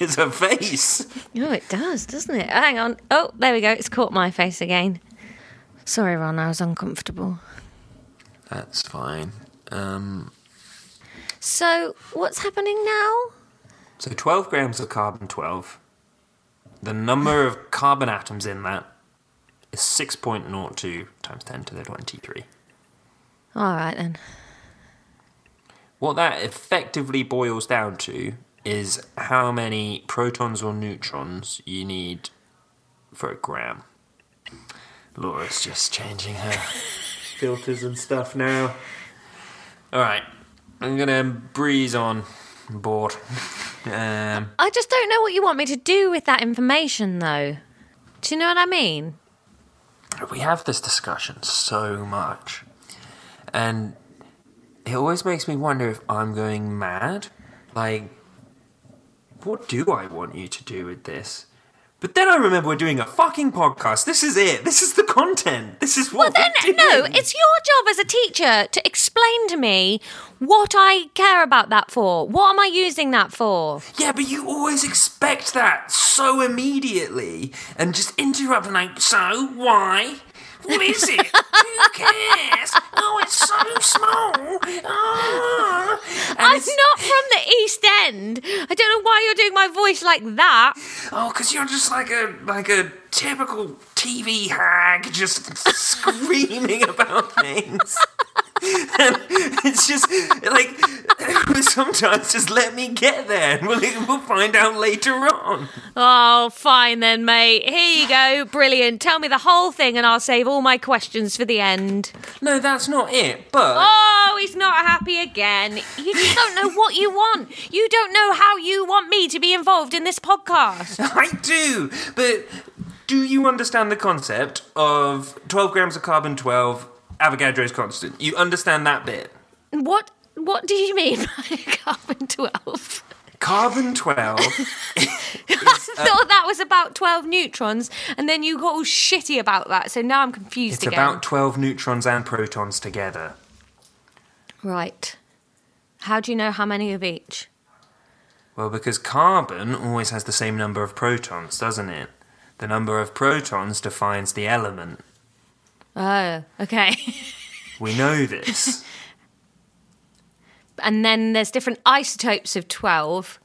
Speaker 2: is a face.
Speaker 1: Oh, it does, doesn't it? Hang on. Oh, there we go. It's caught my face again. Sorry, Ron, I was uncomfortable.
Speaker 2: That's fine. Um,
Speaker 1: So, what's happening now?
Speaker 2: so 12 grams of carbon 12. The number of carbon atoms in that is 6.02 times 10 to the 23.
Speaker 1: All right, then.
Speaker 2: What that effectively boils down to is how many protons or neutrons you need for a gram. Laura's just changing her [laughs] filters and stuff now. All right, I'm gonna breeze on. I'm bored. [laughs] Um,
Speaker 1: I just don't know what you want me to do with that information, though. Do you know what I mean?
Speaker 2: we have this discussion so much, and it always makes me wonder if I'm going mad. Like, what do I want you to do with this? But then I remember we're doing a fucking podcast. This is it. This is the content. This is
Speaker 1: Well,
Speaker 2: what.
Speaker 1: then,
Speaker 2: we're
Speaker 1: no,
Speaker 2: doing.
Speaker 1: it's your job as a teacher to explain to me what I care about that for. What am I using that for?
Speaker 2: Yeah, but you always expect that so immediately and just interrupt and like, so why? What is it? Who cares? Oh, it's so small. Ah. And
Speaker 1: I'm
Speaker 2: it's-
Speaker 1: not from the East End. I don't know why you're doing my voice like that.
Speaker 2: Oh, because you're just like a like a typical TV hag, just screaming about [laughs] things. And it's just like [laughs] sometimes just let me get there, and we'll, we'll find out later on.
Speaker 1: Oh, fine then, mate. Here you go. Brilliant. Tell me the whole thing and I'll save all my questions for the end.
Speaker 2: No, that's not it. But
Speaker 1: Oh, he's not happy again. You just don't know what you want. You don't know how you want me to be involved in this podcast.
Speaker 2: [laughs] I do. But do you understand the concept of twelve grams of carbon, twelve Avogadro's constant? You understand that bit?
Speaker 1: What what do you mean by carbon 12?
Speaker 2: Carbon twelve.
Speaker 1: [laughs] I
Speaker 2: uh,
Speaker 1: thought that was about 12 neutrons and then you got all shitty about that. So now I'm confused
Speaker 2: it's
Speaker 1: again.
Speaker 2: about twelve neutrons and protons together.
Speaker 1: Right. How do you know how many of each?
Speaker 2: Well, because carbon always has the same number of protons, doesn't it? The number of protons defines the element.
Speaker 1: Oh, okay. [laughs]
Speaker 2: We know this.
Speaker 1: and then there's different isotopes of 12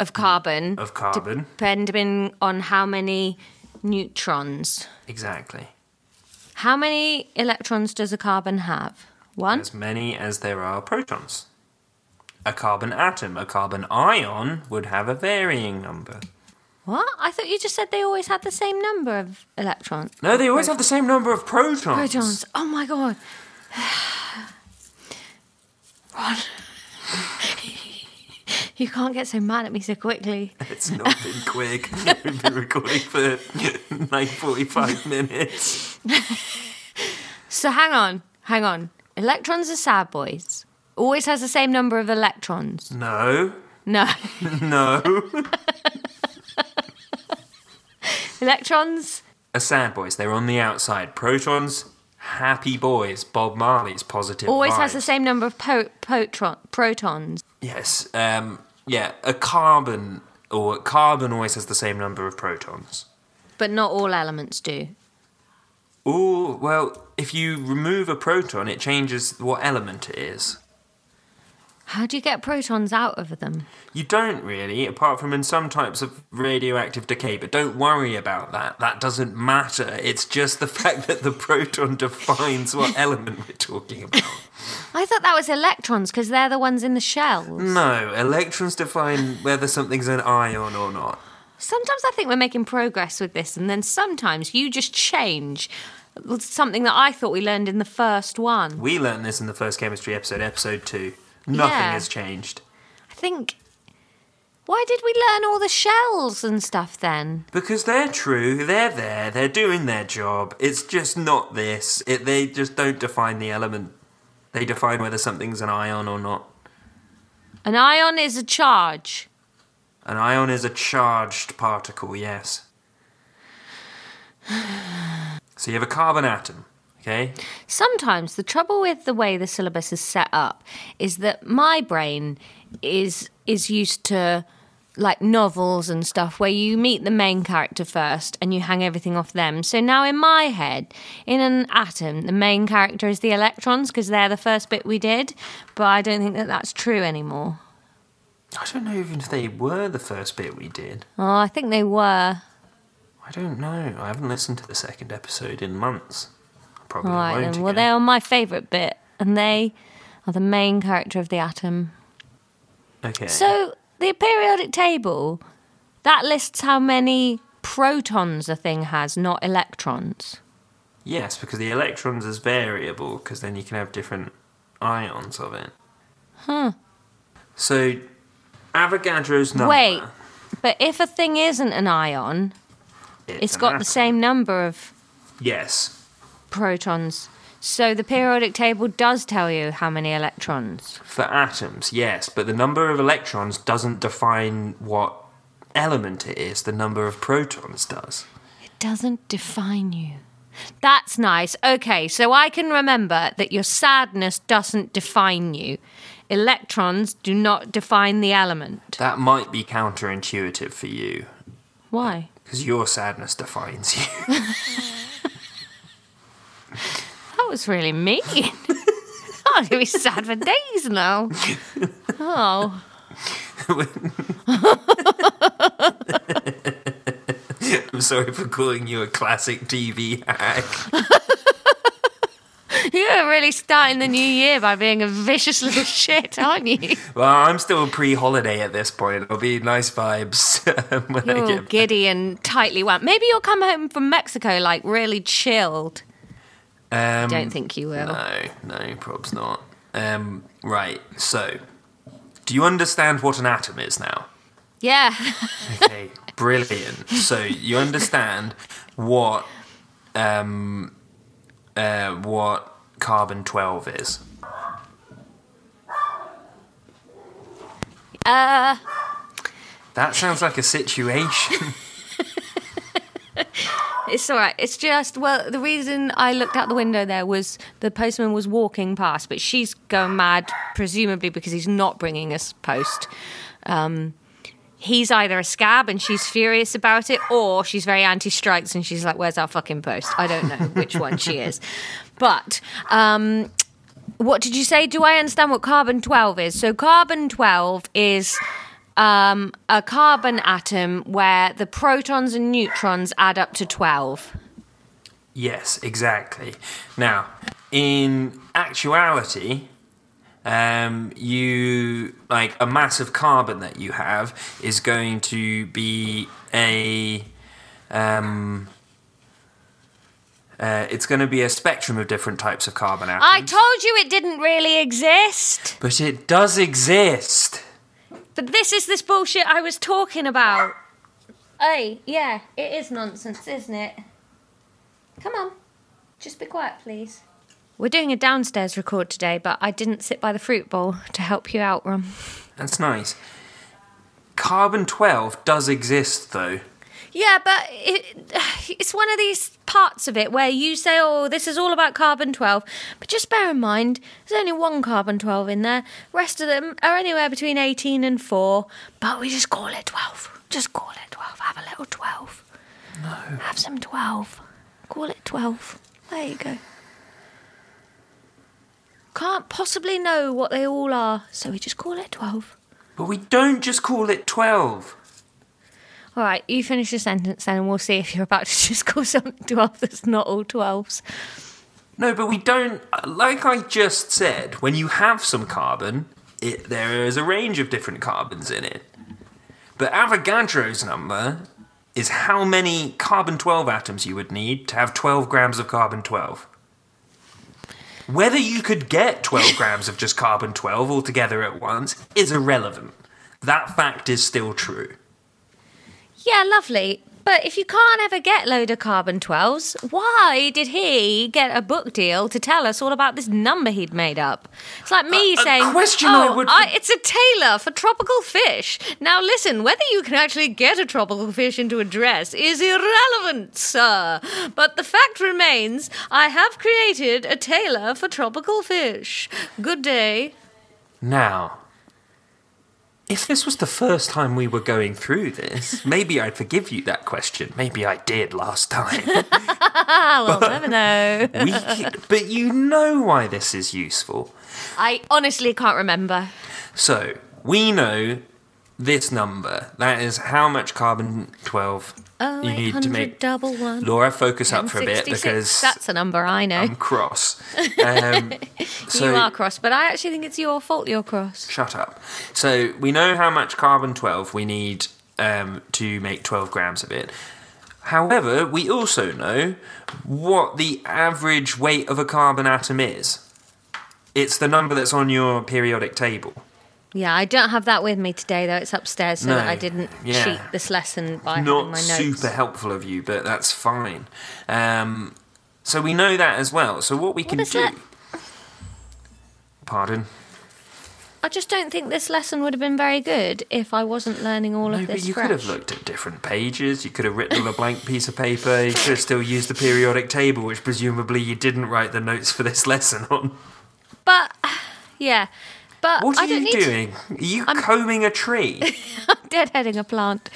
Speaker 1: of carbon.
Speaker 2: Mm, Of carbon.
Speaker 1: Depending on how many neutrons.
Speaker 2: exactly.
Speaker 1: How many electrons does a carbon have? One?
Speaker 2: As many as there are protons. A carbon atom, a carbon ion would have a varying number.
Speaker 1: What? I thought you just said they always had the same number of electrons.
Speaker 2: No, they always have the same number of protons.
Speaker 1: Protons. Oh my god. [sighs] Ron. [laughs] you can't get so mad at me so quickly.
Speaker 2: [laughs] It's not been
Speaker 1: [laughs]
Speaker 2: quick. We've been recording for [laughs] like 45 minutes.
Speaker 1: So hang on, hang on. Electrons are sad boys. Always has the same number of electrons.
Speaker 2: No,
Speaker 1: No. [laughs]
Speaker 2: no.
Speaker 1: electrons?
Speaker 2: are sad boys. They're on the outside. Protons, happy boys. Bob Marley's positive.
Speaker 1: Always
Speaker 2: vibes.
Speaker 1: has the same number of po- potron- protons.
Speaker 2: Yes. Um, yeah. A carbon or carbon always has the same number of protons.
Speaker 1: But not all elements do.
Speaker 2: Oh well, if you remove a proton, it changes what element it is.
Speaker 1: How do you get protons out of them?
Speaker 2: You don't really, apart from in some types of radioactive decay, but don't worry about that. That doesn't matter. It's just the [laughs] fact that the proton defines what element we're talking about.
Speaker 1: I thought that was electrons because they're the ones in the shells.
Speaker 2: No, electrons define whether something's an ion or not.
Speaker 1: Sometimes I think we're making progress with this, and then sometimes you just change something that I thought we learned in the first one.
Speaker 2: We learned this in the first chemistry episode, episode two. Nothing
Speaker 1: Yeah.
Speaker 2: has changed.
Speaker 1: I think. Why did we learn all the shells and stuff then?
Speaker 2: Because they're true, they're there, they're doing their job. It's just not this. It, they just don't define the element. They define whether something's an ion or not.
Speaker 1: An ion is a charge.
Speaker 2: An ion is a charged particle, yes. So you have a carbon atom, okay?
Speaker 1: Sometimes the trouble with the way the syllabus is set up is that my brain is is used to like novels and stuff where you meet the main character first and you hang everything off them. So now in my head, in an atom, the main character is the electrons because they're the first bit we did, but I don't think that that's true anymore.
Speaker 2: I don't know even if they were the first bit we did.
Speaker 1: Oh, I think they were.
Speaker 2: I don't know. I haven't listened to the second episode in months. I Probably
Speaker 1: All right
Speaker 2: won't
Speaker 1: then. Well,
Speaker 2: again.
Speaker 1: they're my favourite bit and they are the main character of the atom.
Speaker 2: Okay.
Speaker 1: So the periodic table that lists how many protons a thing has, not electrons.
Speaker 2: Yes, because the electrons is variable, because then you can have different ions of it.
Speaker 1: Huh.
Speaker 2: So, Avogadro's number.
Speaker 1: Wait, but if a thing isn't an ion, it's
Speaker 2: an
Speaker 1: got
Speaker 2: atom.
Speaker 1: the same number of
Speaker 2: Yes,
Speaker 1: protons. So the periodic table does tell you how many electrons.
Speaker 2: for atoms, yes, but the number of electrons doesn't define what element it is, the number of protons does.
Speaker 1: It doesn't define you. That's nice. Okay, so I can remember that your sadness doesn't define you. Electrons do not define the element.
Speaker 2: That might be counterintuitive for you,
Speaker 1: Why?
Speaker 2: because your sadness defines you. [laughs]
Speaker 1: That was really mean. [laughs] I'm going to be sad for days now. Oh.
Speaker 2: I'm sorry for calling you a classic TV hack.
Speaker 1: You're really starting the new year by being a vicious little shit, aren't you?
Speaker 2: Well, I'm still pre-holiday at this point. It'll be nice vibes [laughs] when
Speaker 1: You're
Speaker 2: I
Speaker 1: all
Speaker 2: get.
Speaker 1: Oh,
Speaker 2: um,
Speaker 1: giddy and tightly wound. Maybe you'll come home from Mexico like really chilled.
Speaker 2: Um,
Speaker 1: Don't think you will.
Speaker 2: No, no, probs not. Um, right. So, do you understand what an atom is now?
Speaker 1: Yeah.
Speaker 2: Okay, [laughs] brilliant. So you understand what um uh what carbon 12 is.
Speaker 1: Uh,
Speaker 2: That sounds like a situation.
Speaker 1: it's all right. It's just, well, the reason I looked out the window there was the postman was walking past, but she's going mad, presumably because he's not bringing us post. Um, he's either a scab and she's furious about it, or she's very anti strikes and she's like, where's our fucking post? I don't know which one she is. But um, what did you say? Do I understand what carbon 12 is? So, carbon 12 is um, a carbon atom where the protons and neutrons add up to 12.
Speaker 2: yes, exactly. Now, in actuality, um, you like a mass of carbon that you have is going to be a um uh, it's going to be a spectrum of different types of carbon atoms.
Speaker 1: I told you it didn't really exist,
Speaker 2: But it does exist.
Speaker 1: but this is this bullshit I was talking about. Hey, yeah, it is nonsense, isn't it? Come on, just be quiet, please. We're doing a downstairs record today, but I didn't sit by the fruit bowl to help you out, Rum.
Speaker 2: That's nice. Carbon 12 does exist, though.
Speaker 1: Yeah, but it, [sighs] it's one of these parts of it where you say, oh, this is all about carbon 12. But just bear in mind, there's only one carbon 12 in there. rest of them are anywhere between 18 and 4. But we just call it 12. Just call it 12. Have a little 12. No. Have some 12. Call it 12. There you go. Can't possibly know what they all are, so we just call it 12.
Speaker 2: But we don't just call it 12.
Speaker 1: All right, you finish your sentence then, and we'll see if you're about to [laughs] just call something 12 that's not all 12s.
Speaker 2: No, but we don't. Like I just said, when you have some carbon, it, there is a range of different carbons in it. But Avogadro's number is how many carbon 12 atoms you would need to have 12 grams of carbon 12. Whether you could get 12 grams of just carbon 12 altogether at once is irrelevant. That fact is still true.
Speaker 1: Yeah, lovely. But if you can't ever get load of carbon 12s, why did he get a book deal to tell us all about this number he'd made up? It's like me
Speaker 2: A- a
Speaker 1: saying,
Speaker 2: question I
Speaker 1: oh,
Speaker 2: would-
Speaker 1: it's a tailor for tropical fish. Now listen, whether you can actually get a tropical fish into a dress is irrelevant, sir. But the fact remains, I have created a tailor for tropical fish. Good day.
Speaker 2: Now, if this was the first time we were going
Speaker 1: [laughs]
Speaker 2: through this, maybe I'd forgive you that question. Maybe I did
Speaker 1: [laughs]
Speaker 2: last time.
Speaker 1: Ah, we'll never know.
Speaker 2: We, but you know why this is useful.
Speaker 1: [laughs] I honestly can't remember.
Speaker 2: So, we know this number. That is how much carbon 12
Speaker 1: Oh,
Speaker 2: you need to make.
Speaker 1: double one.
Speaker 2: Laura, focus up for a bit
Speaker 1: 66.
Speaker 2: because
Speaker 1: that's a number I know. [laughs]
Speaker 2: I'm cross. Um, so,
Speaker 1: you are cross, but I actually think it's your fault you're cross.
Speaker 2: Shut up. So we know how much carbon 12 we need um, to make 12 grams of it. However, we also know what the average weight of a carbon atom is. It's the number that's on your periodic table.
Speaker 1: Yeah, I don't have that with me today though. It's upstairs, so
Speaker 2: No.
Speaker 1: that I didn't
Speaker 2: Yeah.
Speaker 1: cheat this lesson by having
Speaker 2: Not
Speaker 1: my notes.
Speaker 2: super helpful of you, but that's fine. Um, so we know that as well. So what we can
Speaker 1: is
Speaker 2: do.
Speaker 1: that?
Speaker 2: Pardon.
Speaker 1: I just don't think this lesson would have been very good if I wasn't learning all
Speaker 2: No,
Speaker 1: of
Speaker 2: but
Speaker 1: this
Speaker 2: you
Speaker 1: fresh.
Speaker 2: could have looked at different pages. You could have written on a blank piece of paper. You could have still used the periodic table, which presumably you didn't write the notes for this [laughs] lesson on.
Speaker 1: But [sighs] yeah, but
Speaker 2: What
Speaker 1: I
Speaker 2: are
Speaker 1: don't
Speaker 2: you
Speaker 1: need to-
Speaker 2: doing? Are you combing a tree?
Speaker 1: [laughs] deadheading a plant.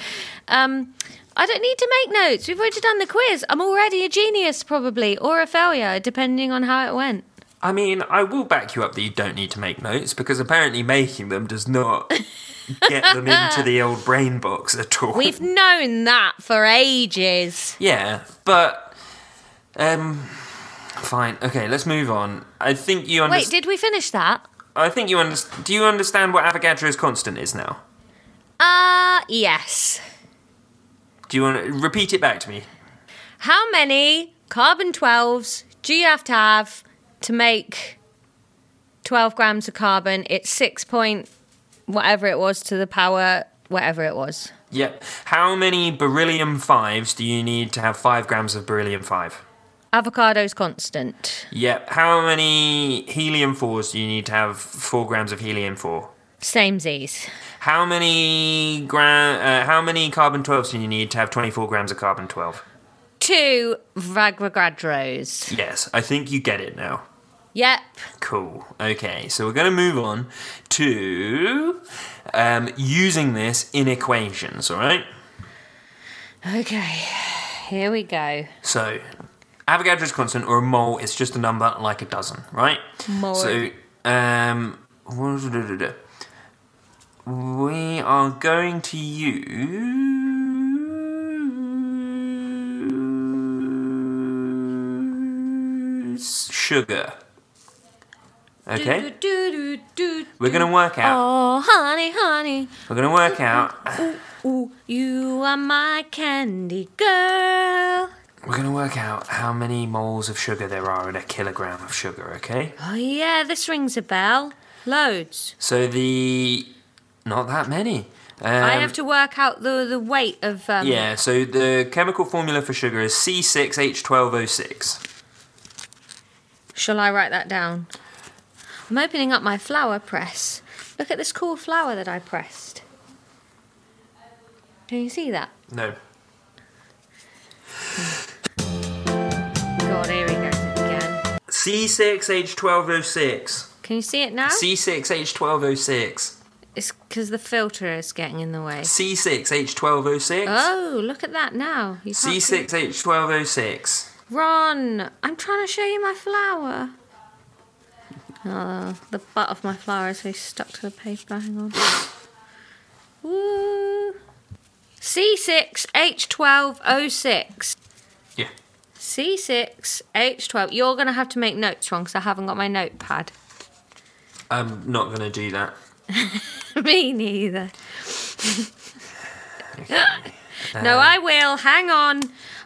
Speaker 1: Um, I don't need to make notes. We've already done the quiz. I'm already a genius, probably, or a failure, depending on how it went.
Speaker 2: I mean, I will back you up that you don't need to make notes because apparently making them does not get them into the old brain box at all.
Speaker 1: We've known that for ages.
Speaker 2: [laughs] Yeah, but um, fine. Okay, let's move on. I think you
Speaker 1: Wait,
Speaker 2: understand.
Speaker 1: did we finish that?
Speaker 2: I think you understand. Do you understand what Avogadro's constant is now?
Speaker 1: Uh, yes.
Speaker 2: Do you want to repeat it back to me?
Speaker 1: How many carbon 12s do you have to have to make 12 grams of carbon? It's 6 point whatever it was to the power, whatever it was.
Speaker 2: Yep. How many beryllium fives do you need to have five grams of beryllium five?
Speaker 1: Avocado's constant.
Speaker 2: Yep. How many helium fours do you need to have four grams of helium four?
Speaker 1: Same Z's.
Speaker 2: How many gra- uh, How many carbon twelves do you need to have twenty four grams of carbon twelve?
Speaker 1: Two Vagragadros.
Speaker 2: Yes, I think you get it now.
Speaker 1: Yep.
Speaker 2: Cool. Okay, so we're going to move on to um, using this in equations, all right?
Speaker 1: Okay. Here we go.
Speaker 2: So, Avogadro's constant or a mole is just a number like a dozen, right?
Speaker 1: Mole.
Speaker 2: So, um, we are going to use sugar. Okay, we're going to work out.
Speaker 1: Oh, honey, honey.
Speaker 2: We're going to work out
Speaker 1: Ooh, you are my candy girl.
Speaker 2: We're going to work out how many moles of sugar there are in a kilogram of sugar, okay?
Speaker 1: Oh, yeah, this rings a bell. Loads.
Speaker 2: So the. Not that many. Um,
Speaker 1: I have to work out the, the weight of. Um,
Speaker 2: Yeah, so the chemical formula for sugar is C6H12O6.
Speaker 1: Shall I write that down? I'm opening up my flower press. Look at this cool flower that I pressed. Can you see that?
Speaker 2: No.
Speaker 1: God, here he goes again.
Speaker 2: C6H12O6.
Speaker 1: Can you see it now?
Speaker 2: C6H12O6.
Speaker 1: It's because the filter is getting in the way.
Speaker 2: C6H12O6.
Speaker 1: Oh, look at that now. You can't see-
Speaker 2: C6H12O6.
Speaker 1: Ron, I'm trying to show you my flower. Oh, the butt of my flower is really stuck to the paper. Hang on. Woo. C6H12O6.
Speaker 2: Yeah.
Speaker 1: C6H12. You're going to have to make notes, Ron, because I haven't got my notepad. [laughs]
Speaker 2: I'm not going to do that.
Speaker 1: Me neither. no,
Speaker 2: Um,
Speaker 1: I will. Hang on.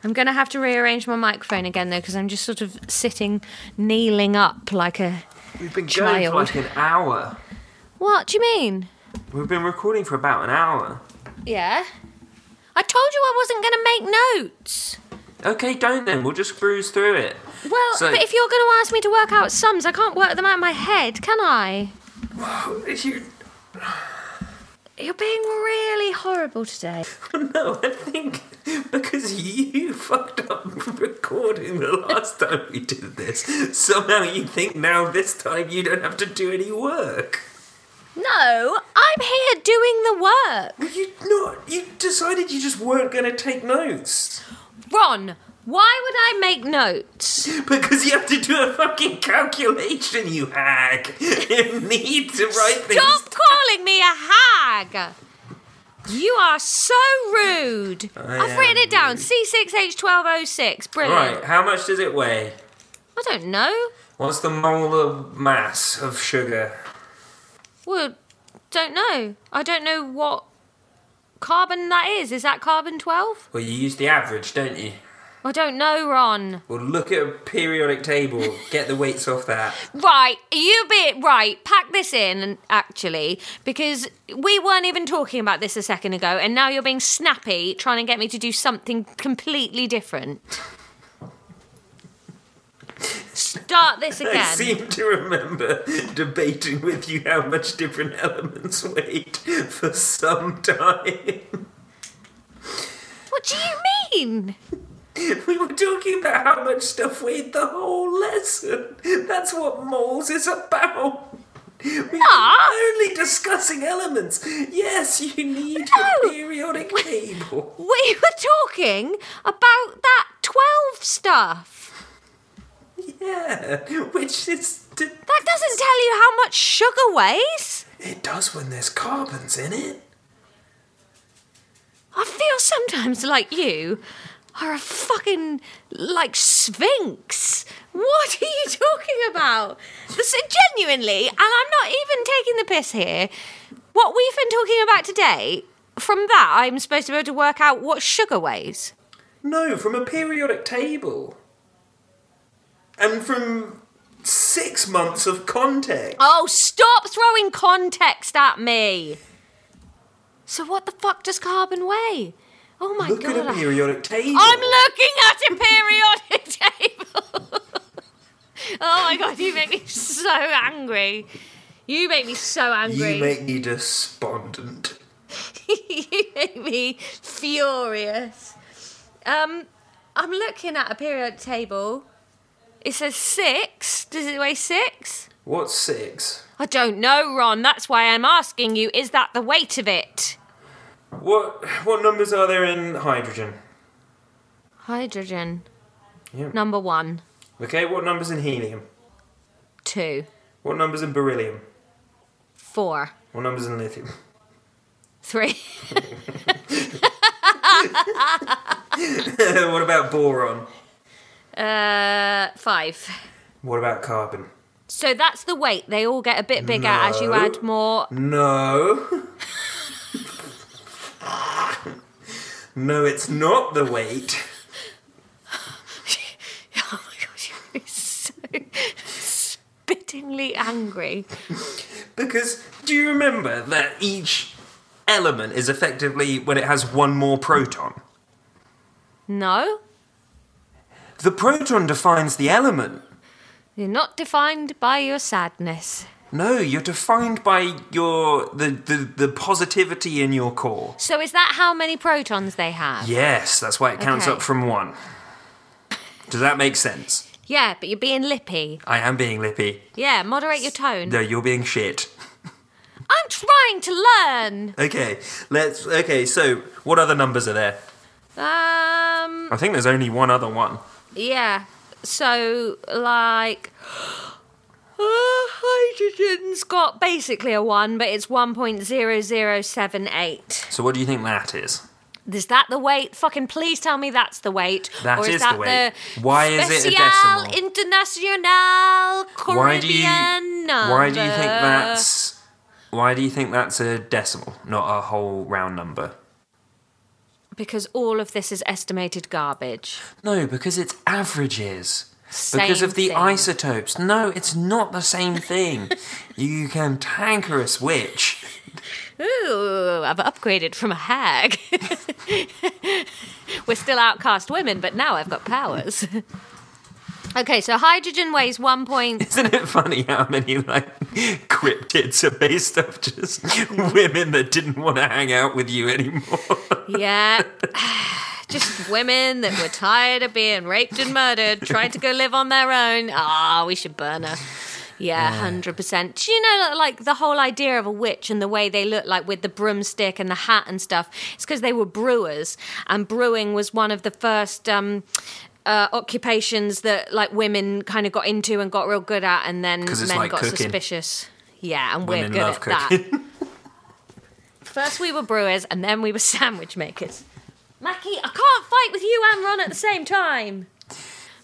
Speaker 1: I'm going to have to rearrange my microphone again, though, because I'm just sort of sitting, kneeling up like a.
Speaker 2: We've been going
Speaker 1: Child.
Speaker 2: for like an hour.
Speaker 1: What do you mean?
Speaker 2: We've been recording for about an hour.
Speaker 1: Yeah. I told you I wasn't going to make notes.
Speaker 2: Okay, don't then. We'll just bruise through it.
Speaker 1: Well,
Speaker 2: So-
Speaker 1: but if you're going to ask me to work out sums, I can't work them out in my head, can I?
Speaker 2: You,
Speaker 1: You're being really horrible today.
Speaker 2: [laughs] no, I think because you [laughs] fucked up recording the last time we did this, somehow you think now this time you don't have to do any work.
Speaker 1: No, I'm here doing the work.
Speaker 2: Well, you not. You decided you just weren't going to take notes
Speaker 1: Ron, why would I make notes?
Speaker 2: because you have to do a fucking calculation, you hag. [laughs] You need to write
Speaker 1: Stop
Speaker 2: things.
Speaker 1: calling me a hag! You are so rude.
Speaker 2: I
Speaker 1: I've written
Speaker 2: am
Speaker 1: it down. C6H1206. Brilliant.
Speaker 2: Right. How much does it weigh?
Speaker 1: I don't know.
Speaker 2: What's the molar mass of sugar?
Speaker 1: Well, don't know. I don't know what carbon that is. Is that carbon 12?
Speaker 2: Well, you use the average, don't you?
Speaker 1: I don't know, Ron.
Speaker 2: Well, look at a periodic table. Get the weights off that.
Speaker 1: Right, you be right. Pack this in, actually, because we weren't even talking about this a second ago, and now you're being snappy, trying to get me to do something completely different. start this
Speaker 2: I
Speaker 1: again.
Speaker 2: seem to remember debating with you how much different elements weighed for some time. [laughs]
Speaker 1: What do you mean?
Speaker 2: We were talking about how much stuff weighed the whole lesson. That's what moles is about. We
Speaker 1: Ah.
Speaker 2: were only discussing elements. Yes, you need
Speaker 1: No.
Speaker 2: your periodic table.
Speaker 1: We were talking about that 12 stuff.
Speaker 2: Yeah, which is.
Speaker 1: That doesn't tell you how much sugar weighs.
Speaker 2: It does when there's carbons in it.
Speaker 1: I feel sometimes like you are a fucking like sphinx. What are you talking about? This, genuinely, and I'm not even taking the piss here. What we've been talking about today, from that, I'm supposed to be able to work out what sugar weighs.
Speaker 2: No, from a periodic table. And from six months of context.
Speaker 1: Oh, stop throwing context at me. So what the fuck does carbon weigh? Oh my
Speaker 2: Look
Speaker 1: god.
Speaker 2: at a
Speaker 1: I-
Speaker 2: periodic table.
Speaker 1: I'm looking at a [laughs] periodic table. oh my god, you make me so angry. You make me so angry.
Speaker 2: You make me despondent.
Speaker 1: [laughs] You make me furious. Um, I'm looking at a periodic table. It says six. Does it weigh six?
Speaker 2: What's six?
Speaker 1: I don't know, Ron. That's why I'm asking you. Is that the weight of it?
Speaker 2: What what numbers are there in hydrogen?
Speaker 1: Hydrogen.
Speaker 2: Yeah.
Speaker 1: Number one,
Speaker 2: Okay, what numbers in helium?
Speaker 1: two,
Speaker 2: What numbers in beryllium?
Speaker 1: four,
Speaker 2: What numbers in lithium? [laughs]
Speaker 1: three. [laughs]
Speaker 2: what about boron?
Speaker 1: Uh, five.
Speaker 2: What about carbon?
Speaker 1: So that's the weight. They all get a bit bigger as you
Speaker 2: No.
Speaker 1: add more. [laughs] Oh
Speaker 2: No. [laughs] no, it's not the weight.
Speaker 1: Oh my gosh, you're so [laughs] spittingly angry.
Speaker 2: Because do you remember that each element is effectively when it has one more proton?
Speaker 1: No,
Speaker 2: The proton defines the element.
Speaker 1: you're not defined by your sadness.
Speaker 2: No, you're defined by your the, the, the positivity in your core.
Speaker 1: So is that how many protons they have?
Speaker 2: Yes, that's why it counts
Speaker 1: Okay.
Speaker 2: up from one. Does that make sense?
Speaker 1: Yeah, but you're being lippy.
Speaker 2: I am being lippy.
Speaker 1: Yeah, moderate your tone.
Speaker 2: No, you're being shit.
Speaker 1: I'm trying to learn.
Speaker 2: Okay, let's. Okay, so what other numbers are there?
Speaker 1: Um,
Speaker 2: I think there's only one other one.
Speaker 1: yeah. So like [gasps] uh, hydrogen's got basically a 1, but it's 1.0078.
Speaker 2: So what do you think that is?
Speaker 1: Is that the weight? Fucking please tell me that's the weight.
Speaker 2: That
Speaker 1: or is,
Speaker 2: is
Speaker 1: that
Speaker 2: the weight. Why is it a decimal?
Speaker 1: Special International Caribbean
Speaker 2: Why do you?
Speaker 1: number?
Speaker 2: Why do you think that's? Why do you think that's a decimal, not a whole round number?
Speaker 1: Because all of this is estimated garbage.
Speaker 2: No, because it's averages. because
Speaker 1: Same
Speaker 2: of the
Speaker 1: thing.
Speaker 2: isotopes. No, it's not the
Speaker 1: [laughs]
Speaker 2: same thing. you cantankerous witch. [laughs]
Speaker 1: Ooh, I've upgraded from a hag. [laughs] We're still outcast women, but now I've got powers. [laughs] okay, so hydrogen weighs one point.
Speaker 2: Isn't it funny how many like cryptids are based
Speaker 1: [laughs]
Speaker 2: off just women that didn't want to hang out with you anymore?
Speaker 1: Yeah. [sighs] Just women that were tired of being raped and murdered, tried to go live on their own. Ah, we should burn her. Yeah, hundred percent. Do you know, like the whole idea of a witch and the way they look like with the broomstick and the hat and stuff? It's because they were brewers, and brewing was one of the first um, uh, occupations that like women kind of got into and got real good at, and then
Speaker 2: 'Cause
Speaker 1: men
Speaker 2: it's like
Speaker 1: got
Speaker 2: cooking.
Speaker 1: suspicious. Yeah, and
Speaker 2: Women
Speaker 1: we're good
Speaker 2: love
Speaker 1: at that. First we were brewers, and then we were [laughs] sandwich makers. Mackie, I can't fight with you and Ron at the same time.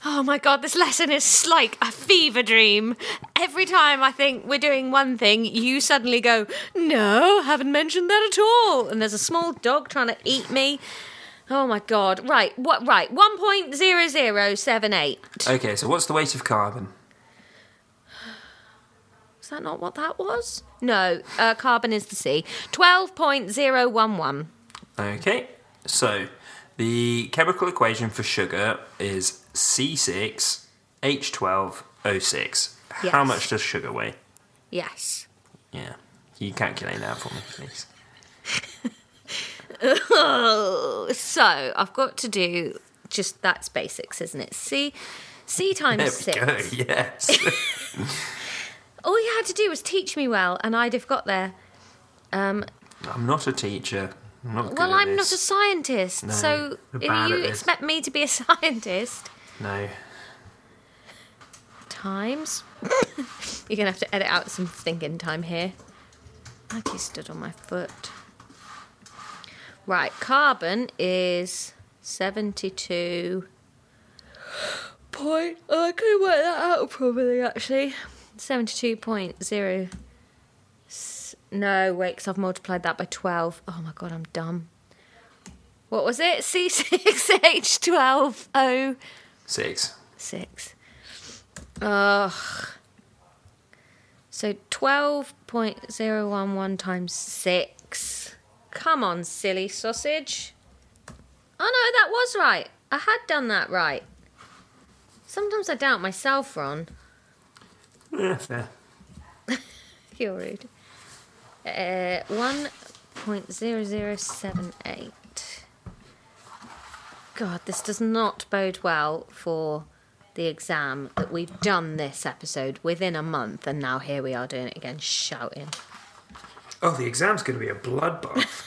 Speaker 1: Oh my god, this lesson is like a fever dream. Every time I think we're doing one thing, you suddenly go, No, haven't mentioned that at all. And there's a small dog trying to eat me. Oh my god. Right, what right, one point zero zero seven eight.
Speaker 2: [laughs] okay, so what's the weight of carbon?
Speaker 1: Is that not what that was? No, uh, carbon is the C. Twelve point zero one one.
Speaker 2: Okay, so the chemical equation for sugar is C6H12 0.06. How
Speaker 1: Yes.
Speaker 2: much does sugar weigh?
Speaker 1: Yes.
Speaker 2: Yeah. Can You calculate that for me, please.
Speaker 1: Oh, so I've got to do just that's basics, isn't it? C, C times
Speaker 2: There we
Speaker 1: six.
Speaker 2: go. [laughs] Yes.
Speaker 1: All you had to do was teach me well, and I'd have got there. Um,
Speaker 2: I'm not a teacher. I'm not good
Speaker 1: well,
Speaker 2: at
Speaker 1: I'm not a
Speaker 2: this.
Speaker 1: scientist,
Speaker 2: No,
Speaker 1: so
Speaker 2: you're
Speaker 1: if
Speaker 2: bad
Speaker 1: you
Speaker 2: at this.
Speaker 1: expect me to be a [laughs] scientist,
Speaker 2: No.
Speaker 1: times. [laughs] You're gonna have to edit out some thinking time here. I just stood on my foot. Right, carbon is seventy-two. Point. Oh, I couldn't work that out probably actually. Seventy-two point zero. S- No, wait, 'cause I've multiplied that by twelve. Oh my god, I'm dumb. What was it? C six H twelve O
Speaker 2: Six.
Speaker 1: six. Ugh. So twelve point zero one one times six. Come on, silly sausage. Oh no, that was right. I had done that right. Sometimes I doubt myself, Ron.
Speaker 2: Yeah, fair.
Speaker 1: You're rude. Uh, 1.0078. God, this does not bode well for the exam that we've done this episode within a month, and now here we are doing it again, shouting.
Speaker 2: Oh, the exam's going to be a bloodbath.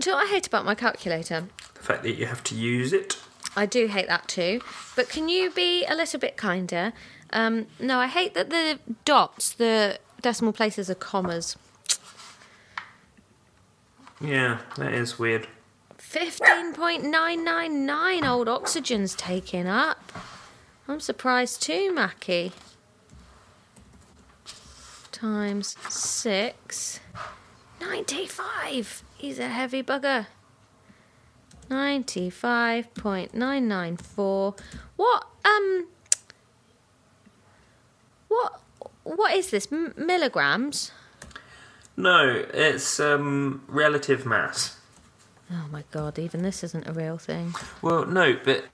Speaker 1: Do you know what I hate about my calculator?
Speaker 2: the fact that you have to use it.
Speaker 1: I do hate that too. But can you be a little bit kinder? Um, no, I hate that the dots, the decimal places, are commas.
Speaker 2: Yeah, that is weird.
Speaker 1: 15.999 old oxygen's taken up. I'm surprised too, Mackie. Times six. 95. He's a heavy bugger. 95.994. What, um, what, what is this? M- milligrams?
Speaker 2: No, it's um, relative mass.
Speaker 1: Oh my god, even this isn't a real thing.
Speaker 2: Well, no, but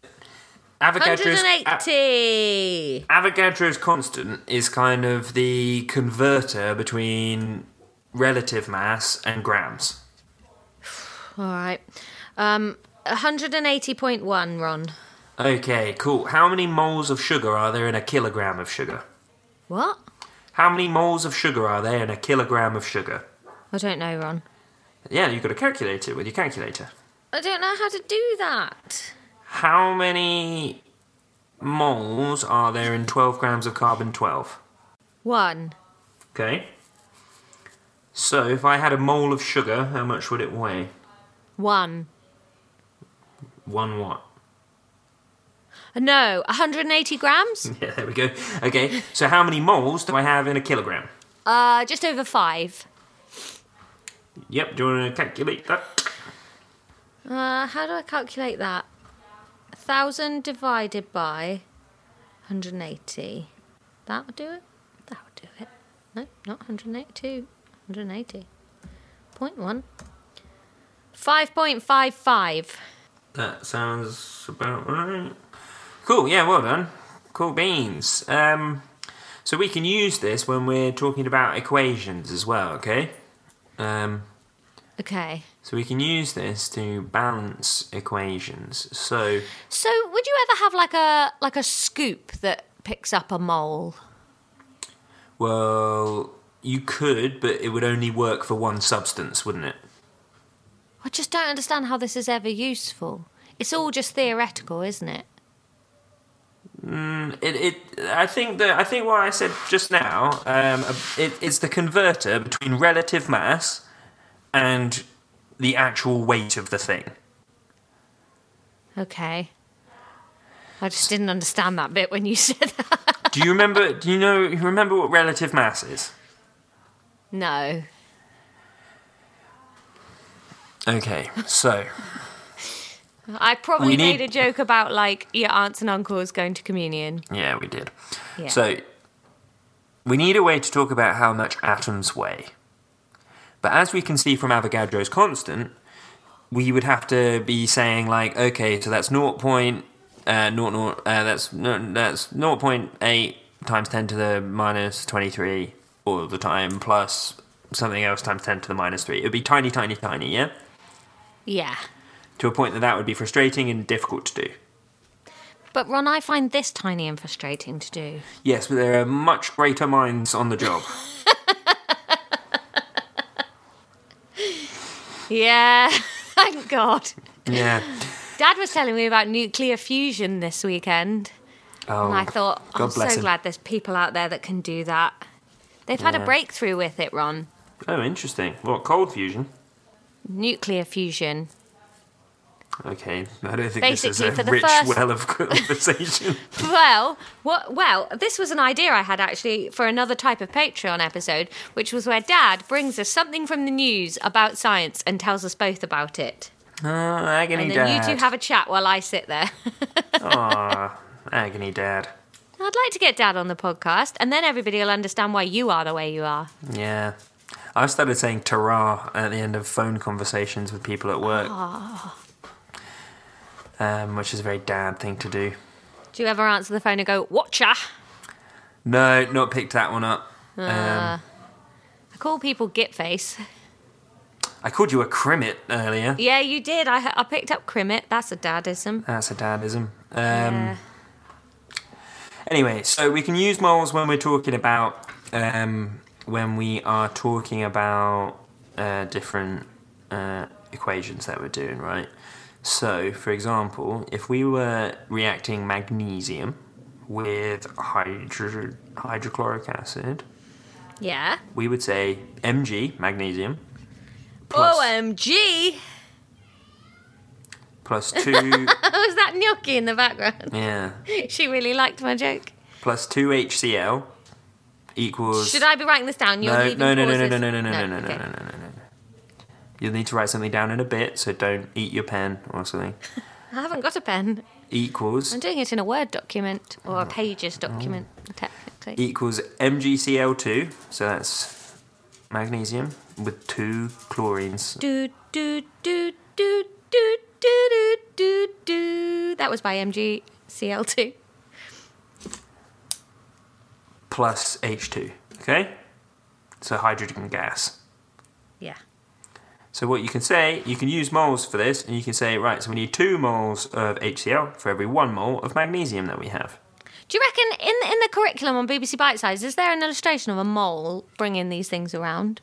Speaker 2: Avogadro's, a-
Speaker 1: 180!
Speaker 2: Avogadro's constant is kind of the converter between relative mass and grams.
Speaker 1: All right. Um, 180.1, Ron.
Speaker 2: Okay, cool. How many moles of sugar are there in a kilogram of sugar?
Speaker 1: What?
Speaker 2: How many moles of sugar are there in a kilogram of sugar?
Speaker 1: I don't know, Ron.
Speaker 2: Yeah, you've got to calculate it with your calculator.
Speaker 1: I don't know how to do that.
Speaker 2: How many moles are there in 12 grams of carbon 12?
Speaker 1: One.
Speaker 2: Okay. So if I had a mole of sugar, how much would it weigh?
Speaker 1: One.
Speaker 2: One what?
Speaker 1: No, 180 grams?
Speaker 2: [laughs] Yeah, there we go. Okay, so how many moles do I have in a kilogram?
Speaker 1: Uh, just over five.
Speaker 2: Yep, do you want to calculate that?
Speaker 1: Uh, how do I calculate that? 1,000 divided by 180. That would do it? That would do it. No, not 182. 180. Point 1. 5.55.
Speaker 2: That sounds about right. Cool, yeah, well done. Cool beans. Um, so we can use this when we're talking about equations as well, okay? Um,
Speaker 1: Okay.
Speaker 2: so we can use this to balance equations. So,
Speaker 1: So, would you ever have like a like a scoop that picks up a mole?
Speaker 2: well, you could, but it would only work for one substance, wouldn't it?
Speaker 1: I just don't understand how this is ever useful. It's all just theoretical, isn't it?
Speaker 2: It, it I think that I think what I said just now um, it, it's the converter between relative mass and the actual weight of the thing.
Speaker 1: Okay. I just didn't understand that bit when you [laughs] said that.
Speaker 2: Do you remember? Do you know? you Remember what relative mass is?
Speaker 1: No.
Speaker 2: Okay, so
Speaker 1: I probably
Speaker 2: We
Speaker 1: made
Speaker 2: need-
Speaker 1: a joke about like your aunts and uncles going to communion.
Speaker 2: yeah, we did.
Speaker 1: Yeah.
Speaker 2: So we need a way to talk about how much atoms weigh. But as we can see from Avogadro's constant, we would have to be saying like, okay, so that's 0.0 uh, naught, naught, uh, that's no, that's 0.8 times 10 to the minus 23 all the time plus something else times 10 to the minus 3. It would be tiny, tiny, tiny, yeah?
Speaker 1: Yeah.
Speaker 2: To a point that that would be frustrating and difficult to do.
Speaker 1: But Ron, I find this tiny and frustrating to do.
Speaker 2: Yes, but there are much greater minds on the job.
Speaker 1: Yeah, [laughs] thank God.
Speaker 2: yeah.
Speaker 1: Dad was telling me about nuclear fusion this weekend.
Speaker 2: Oh,
Speaker 1: And I thought,
Speaker 2: God
Speaker 1: I'm
Speaker 2: bless
Speaker 1: so
Speaker 2: him.
Speaker 1: glad there's people out there that can do that. They've had
Speaker 2: Yeah.
Speaker 1: a breakthrough with it, Ron.
Speaker 2: Oh, interesting. What, cold fusion?
Speaker 1: Nuclear fusion. [laughs]
Speaker 2: Okay, I don't think this
Speaker 1: Basically,
Speaker 2: is
Speaker 1: for
Speaker 2: a
Speaker 1: the
Speaker 2: rich
Speaker 1: first-
Speaker 2: well of conversation. [laughs]
Speaker 1: Well, what? Well, this was an idea I had actually for another type of Patreon episode, which was where Dad brings us something from the news about science and tells us both about it,
Speaker 2: oh, agony
Speaker 1: and then
Speaker 2: dad.
Speaker 1: you two have a chat while I sit there. [laughs]
Speaker 2: Aw, agony dad.
Speaker 1: I'd like to get Dad on the podcast, and then everybody will understand why you are the way you are.
Speaker 2: Yeah. I've started saying "tara" at the end of phone conversations with people at work,
Speaker 1: Ah.
Speaker 2: um, which is a very dad thing to do.
Speaker 1: Do you ever answer the phone and go, "Watcha"?
Speaker 2: No, not picked that one up.
Speaker 1: Uh, I call people Gitface.
Speaker 2: I called you a crimit earlier.
Speaker 1: Yeah, you did. I, I picked up Crimit. That's a dadism.
Speaker 2: That's a dadism. Um,
Speaker 1: Yeah.
Speaker 2: Anyway, so we can use moles when we're talking about um, when we are talking about uh, different uh, equations that we're doing, right? So, for example, if we were reacting magnesium with hydro- hydrochloric acid,
Speaker 1: yeah.
Speaker 2: we would say Mg magnesium plus,
Speaker 1: [laughs] OMG!
Speaker 2: plus
Speaker 1: [laughs]
Speaker 2: two
Speaker 1: was that gnocchi in the background? [laughs]
Speaker 2: yeah
Speaker 1: She really liked my joke.
Speaker 2: plus two HCl equals
Speaker 1: Should I be writing this down? You're
Speaker 2: No,
Speaker 1: leaving
Speaker 2: no, no, no, no,
Speaker 1: pauses.
Speaker 2: no, no, no, no, no, no, no,
Speaker 1: okay.
Speaker 2: no, no, no. You'll need to write something down in a bit, so don't eat your pen or something.
Speaker 1: I haven't got a pen.
Speaker 2: Equals
Speaker 1: I'm doing it in a Word document or a Pages document,
Speaker 2: Oh.
Speaker 1: technically.
Speaker 2: equals MgCl2, so that's magnesium with two chlorines.
Speaker 1: Do, do, do, do, do, do, do, do, do. That was by MGCL2.
Speaker 2: plus H2. Okay? So hydrogen gas.
Speaker 1: Yeah.
Speaker 2: So what you can say, you can use moles for this, and you can say, right, so we need two moles of HCl for every one mole of magnesium that we have.
Speaker 1: Do you reckon in in the curriculum on BBC Bite Size is there an illustration of a mole bringing these things around?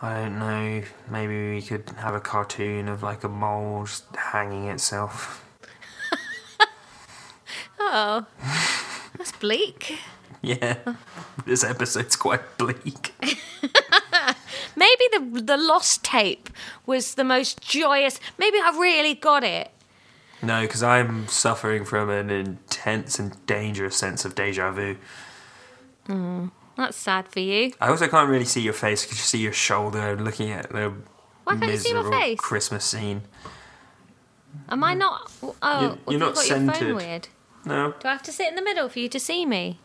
Speaker 2: I don't know, maybe we could have a cartoon of like a mole just hanging itself. [laughs]
Speaker 1: [laughs] Oh, that's bleak.
Speaker 2: Yeah, [laughs] this episode's quite bleak. [laughs]
Speaker 1: Maybe the the lost tape was the most joyous. Maybe I really got it.
Speaker 2: No, because I'm suffering from an intense and dangerous sense of deja vu.
Speaker 1: That's sad for you.
Speaker 2: I also can't really see your face. I can just see your shoulder and looking at the
Speaker 1: Why can't you see my
Speaker 2: miserable
Speaker 1: face?
Speaker 2: Christmas scene.
Speaker 1: Am I not? Oh,
Speaker 2: Mm. You're-
Speaker 1: well,
Speaker 2: you're
Speaker 1: you've
Speaker 2: not
Speaker 1: got your
Speaker 2: centred.
Speaker 1: phone weird.
Speaker 2: No,
Speaker 1: Do I have to sit in the middle for you to see me?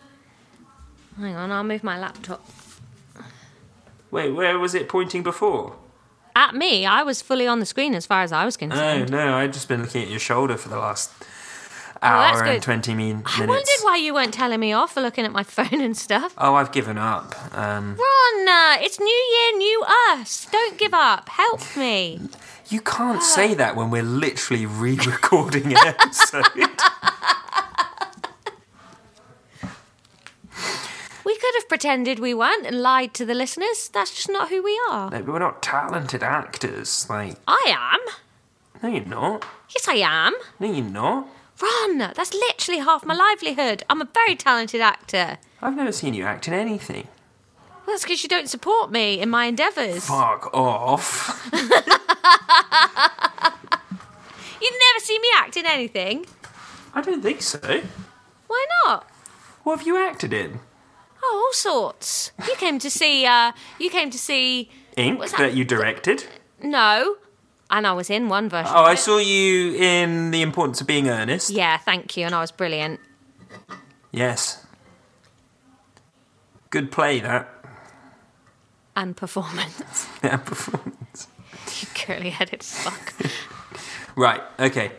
Speaker 1: Hang on, I'll move my laptop.
Speaker 2: wait, where was it pointing before?
Speaker 1: At me, I was fully on the screen as far as I was
Speaker 2: No,
Speaker 1: concerned.
Speaker 2: no, I've just been looking at your shoulder for the last hour and
Speaker 1: Oh, good.
Speaker 2: twenty mean, minutes.
Speaker 1: I wondered why you weren't telling me off for looking at my [laughs] phone and stuff.
Speaker 2: Oh, I've given up. Um,
Speaker 1: Ron, uh, it's New Year, New Us. Don't give up. Help me.
Speaker 2: you can't say that when we're literally re-recording an episode. [laughs]
Speaker 1: We could have pretended we weren't and lied to the listeners. That's just not who we are.
Speaker 2: Like, we're not talented actors. Like,
Speaker 1: I am.
Speaker 2: no, you're not.
Speaker 1: Yes, I am.
Speaker 2: No, you're not.
Speaker 1: Ron, that's literally half my livelihood. I'm a very talented actor.
Speaker 2: I've never seen you act in anything.
Speaker 1: Well, that's because you don't support me in my endeavours.
Speaker 2: Fuck off.
Speaker 1: You never see me act in anything.
Speaker 2: [laughs] I don't think so.
Speaker 1: Why not?
Speaker 2: What have you acted in?
Speaker 1: Oh, all sorts. You came to see. Uh, you came to see.
Speaker 2: Ink
Speaker 1: What's
Speaker 2: that?
Speaker 1: that?
Speaker 2: you [laughs] directed.
Speaker 1: No, and I was in one version.
Speaker 2: Oh,
Speaker 1: of
Speaker 2: I
Speaker 1: it.
Speaker 2: saw you in The Importance of Being Earnest.
Speaker 1: Yeah, thank you, and I was brilliant.
Speaker 2: Yes. Good play that. [laughs]
Speaker 1: And performance.
Speaker 2: That performance.
Speaker 1: you curly-headed fuck.
Speaker 2: Right. Okay.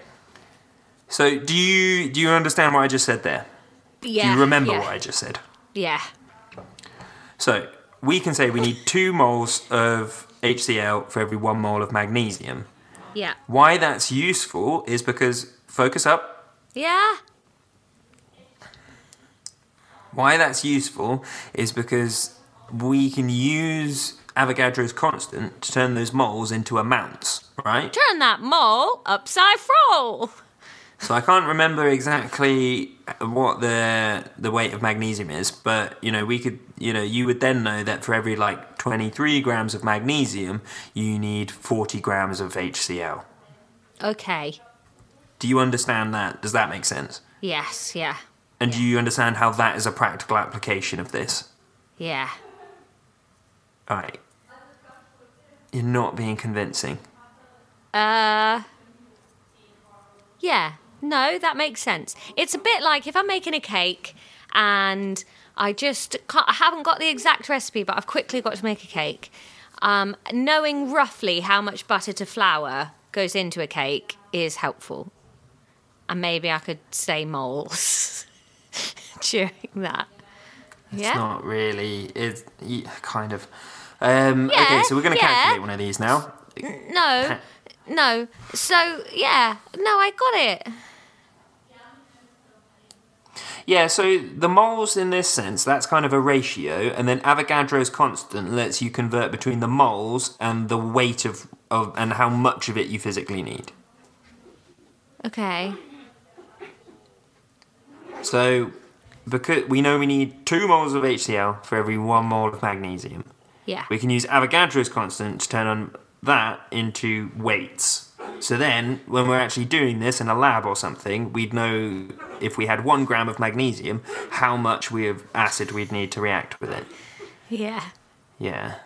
Speaker 2: So do you do you understand what I just said there?
Speaker 1: Yeah.
Speaker 2: do you remember
Speaker 1: yeah,
Speaker 2: what I just said?
Speaker 1: Yeah.
Speaker 2: So we can say we need two moles of HCl for every one mole of magnesium.
Speaker 1: Yeah.
Speaker 2: Why that's useful is because focus up.
Speaker 1: Yeah.
Speaker 2: Why that's useful is because we can use Avogadro's constant to turn those moles into amounts, right?
Speaker 1: Turn that mole upside roll.
Speaker 2: So I can't remember exactly what the the weight of magnesium is, but you know we could you know you would then know that for every like 23 grams of magnesium, you need 40 grams of HCl.
Speaker 1: Okay.
Speaker 2: Do you understand that? Does that make sense?
Speaker 1: Yes. Yeah.
Speaker 2: And do you understand how that is a practical application of this?
Speaker 1: Yeah.
Speaker 2: All right. You're not being convincing.
Speaker 1: Uh. Yeah. No, that makes sense. It's a bit like if I'm making a cake and I just can't, I haven't got the exact recipe, but I've quickly got to make a cake. Um, knowing roughly how much butter to flour goes into a cake is helpful. And maybe I could say moles [laughs] during that. yeah.
Speaker 2: It's not really. It's y- kind of. Um, okay,
Speaker 1: Yeah,
Speaker 2: so we're going to
Speaker 1: yeah.
Speaker 2: calculate one of these now. [laughs]
Speaker 1: No, no. So yeah, no, I got it.
Speaker 2: Yeah, so the moles in this sense, that's kind of a ratio, and then Avogadro's constant lets you convert between the moles and the weight of, of and how much of it you physically need.
Speaker 1: Okay.
Speaker 2: So, because we know we need two moles of HCl for every one mole of magnesium,
Speaker 1: Yeah.
Speaker 2: we can use Avogadro's constant to turn on that into weights. So then, when we're actually doing this in a lab or something, we'd know if we had one gram of magnesium, how much we of acid we'd need to react with it.
Speaker 1: Yeah.
Speaker 2: Yeah.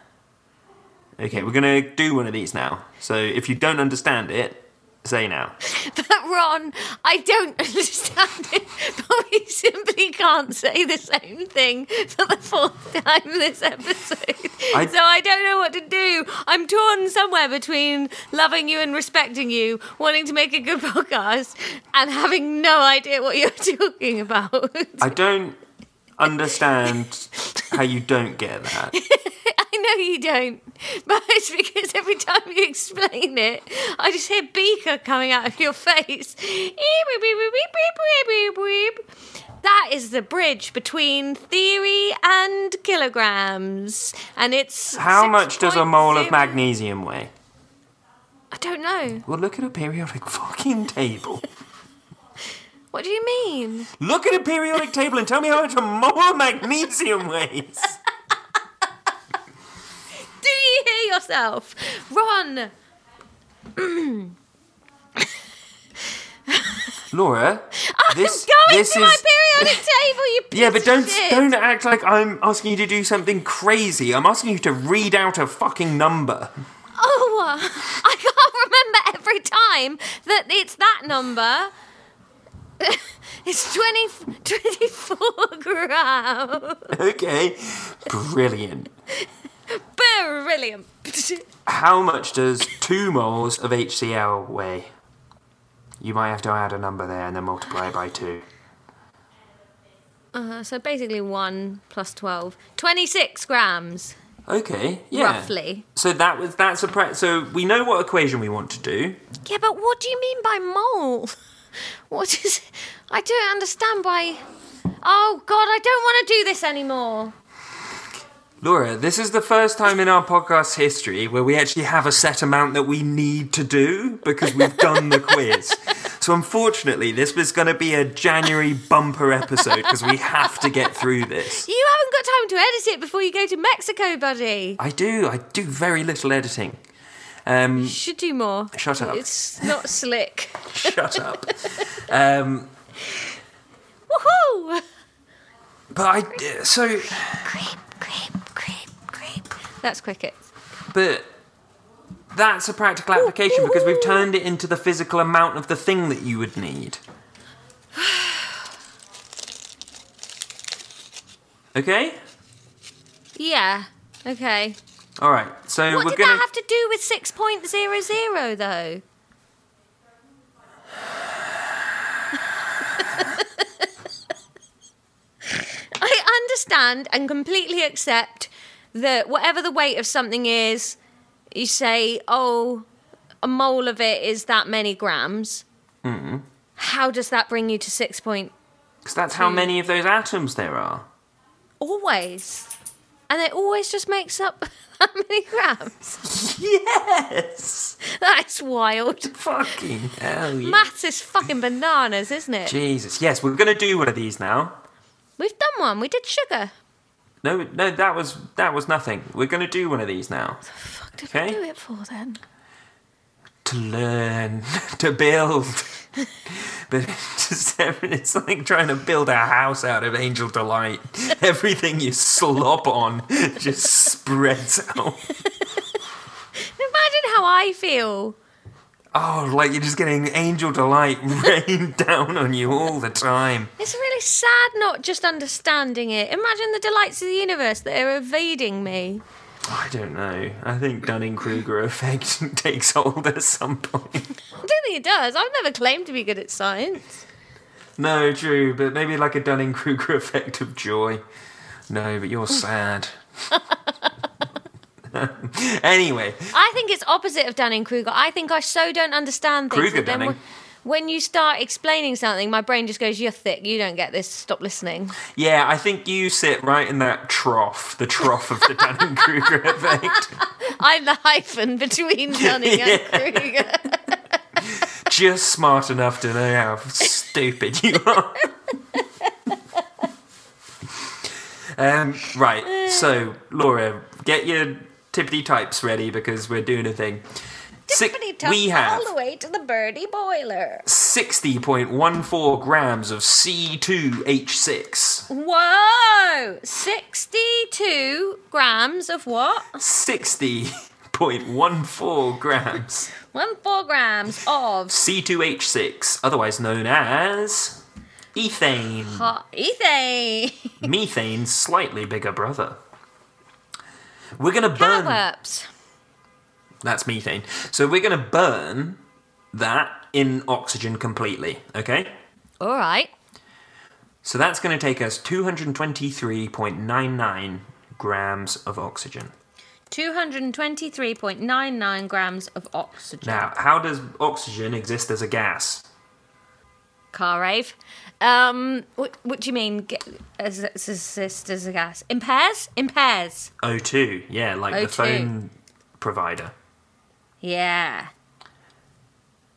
Speaker 2: Okay, we're gonna do one of these now. So if you don't understand it, say now.
Speaker 1: But Ron, I don't understand it, but we simply can't say the same thing for the fourth time this episode.
Speaker 2: I-
Speaker 1: So I don't know what to do. I'm torn somewhere between loving you and respecting you, wanting to make a good [laughs] podcast, and having no idea what you're [laughs] talking about.
Speaker 2: I don't understand how you don't get that.
Speaker 1: [laughs] I know you don't, but it's because every time you explain it, I just hear beaker coming out of your face. That is the bridge between theory and kilograms, and it's
Speaker 2: How much does a mole of
Speaker 1: 6.0
Speaker 2: magnesium weigh?
Speaker 1: I don't know.
Speaker 2: Well, look at a periodic fucking table.
Speaker 1: What do you mean?
Speaker 2: Look at a periodic table and tell me how much a mole of magnesium weighs.
Speaker 1: Do you hear yourself, Ron?
Speaker 2: Laura, this
Speaker 1: I'm going
Speaker 2: this
Speaker 1: to
Speaker 2: is
Speaker 1: my periodic table. You piece
Speaker 2: [laughs] yeah, but
Speaker 1: of
Speaker 2: don't
Speaker 1: shit.
Speaker 2: don't act like I'm asking you to do something crazy. I'm asking you to read out a fucking number. [laughs]
Speaker 1: Oh, [laughs] I can't remember every time that it's that number. [laughs] It's 20, [laughs] 24 grams.
Speaker 2: Okay, brilliant.
Speaker 1: Brilliant. [laughs]
Speaker 2: How much does two moles of HCl weigh? You might have to add a number there and then multiply it by two.
Speaker 1: Uh, so basically 1 plus 12. 26 grams,
Speaker 2: Okay, yeah.
Speaker 1: roughly.
Speaker 2: So that was that's a pra- so we know what equation we want to do.
Speaker 1: Yeah, but what do you mean by mole? [laughs] What is. I don't understand why. Oh, God, I don't want to do this anymore.
Speaker 2: Laura, this is the first time in our podcast history where we actually have a set amount that we need to do because we've done the quiz. So unfortunately, this was going to be a January bumper episode because we have to get through this.
Speaker 1: You haven't got time to edit it before you go to Mexico, buddy.
Speaker 2: I do. I do very little editing. Um,
Speaker 1: You should do more.
Speaker 2: Shut up.
Speaker 1: It's not slick.
Speaker 2: [laughs] shut up. Um,
Speaker 1: Woohoo!
Speaker 2: but I so
Speaker 1: Creep, creep, creep, creep. That's crickets.
Speaker 2: but that's a practical application because we've turned it into the physical amount of the thing that you would need. [sighs] Okay.
Speaker 1: Yeah. Okay.
Speaker 2: All right. So
Speaker 1: What
Speaker 2: we're
Speaker 1: did
Speaker 2: gonna.
Speaker 1: that have to do with [laughs] 6.00 though? understand and completely accept that whatever the weight of something is, you say, oh, a mole of it is that many grams.
Speaker 2: Mm-hmm.
Speaker 1: How does that bring you to six point?
Speaker 2: Because that's how many of those atoms there are.
Speaker 1: Always. And it always just makes up [laughs] that many grams.
Speaker 2: [laughs] Yes!
Speaker 1: That's wild.
Speaker 2: Fucking hell yeah.
Speaker 1: Maths is fucking bananas, isn't it?
Speaker 2: Jesus. Yes, we're going to do one of these now.
Speaker 1: We've done one. We did sugar.
Speaker 2: No, no, that was that was nothing. We're going to do one of these now.
Speaker 1: Fuck did
Speaker 2: Okay.
Speaker 1: we do it for then?
Speaker 2: To learn, [laughs] to build. [laughs] but it's just- it's like trying to build a house out of Angel Delight. [laughs] Everything you slop on [laughs] just spreads out.
Speaker 1: Imagine how I feel.
Speaker 2: Oh, like you're just getting Angel Delight [laughs] rained down on you all the time.
Speaker 1: It's really sad not just understanding it. Imagine the delights of the universe that are evading me.
Speaker 2: I don't know. I think Dunning Kruger effect [laughs] takes hold at some point. [laughs]
Speaker 1: I don't think it does. I've never claimed to be good at science.
Speaker 2: No, true, but maybe like a Dunning Kruger effect of joy. No, but you're sad. [laughs] anyway,
Speaker 1: I think it's opposite of Dunning Kruger. I think I so don't understand things.
Speaker 2: Kruger
Speaker 1: that then
Speaker 2: Dunning.
Speaker 1: wh- When you start explaining something, my brain just goes, You're thick, you don't get this, stop listening. [laughs]
Speaker 2: yeah, I think you sit right in that trough, the trough of the Dunning Kruger [laughs] effect.
Speaker 1: I'm the hyphen
Speaker 2: [laughs]
Speaker 1: between Dunning and Kruger.
Speaker 2: Just smart enough to know how stupid you are. um, right, so, Laura, get your tippity types ready because we're doing a thing. Six-
Speaker 1: Tippity-top
Speaker 2: we have
Speaker 1: all the way to the birdie boiler.
Speaker 2: 60.14 grams of C2H6.
Speaker 1: Whoa! 62 grams of what?
Speaker 2: 60.14 grams.
Speaker 1: One four grams of
Speaker 2: C2H6, otherwise known as ethane.
Speaker 1: hot ethane.
Speaker 2: Methane's slightly bigger brother. We're going to burn.
Speaker 1: Cowworms.
Speaker 2: That's methane. So we're going to burn that in oxygen completely, okay?
Speaker 1: All right.
Speaker 2: So that's going to take us 223.99 grams of oxygen.
Speaker 1: 223.99 grams of oxygen.
Speaker 2: Now, how does oxygen exist as a gas?
Speaker 1: Car rave. Um, what, what do you mean? Get, as, as, as, as a gas. Impairs? Impairs.
Speaker 2: O2, yeah, like the
Speaker 1: O2.
Speaker 2: phone provider.
Speaker 1: Yeah.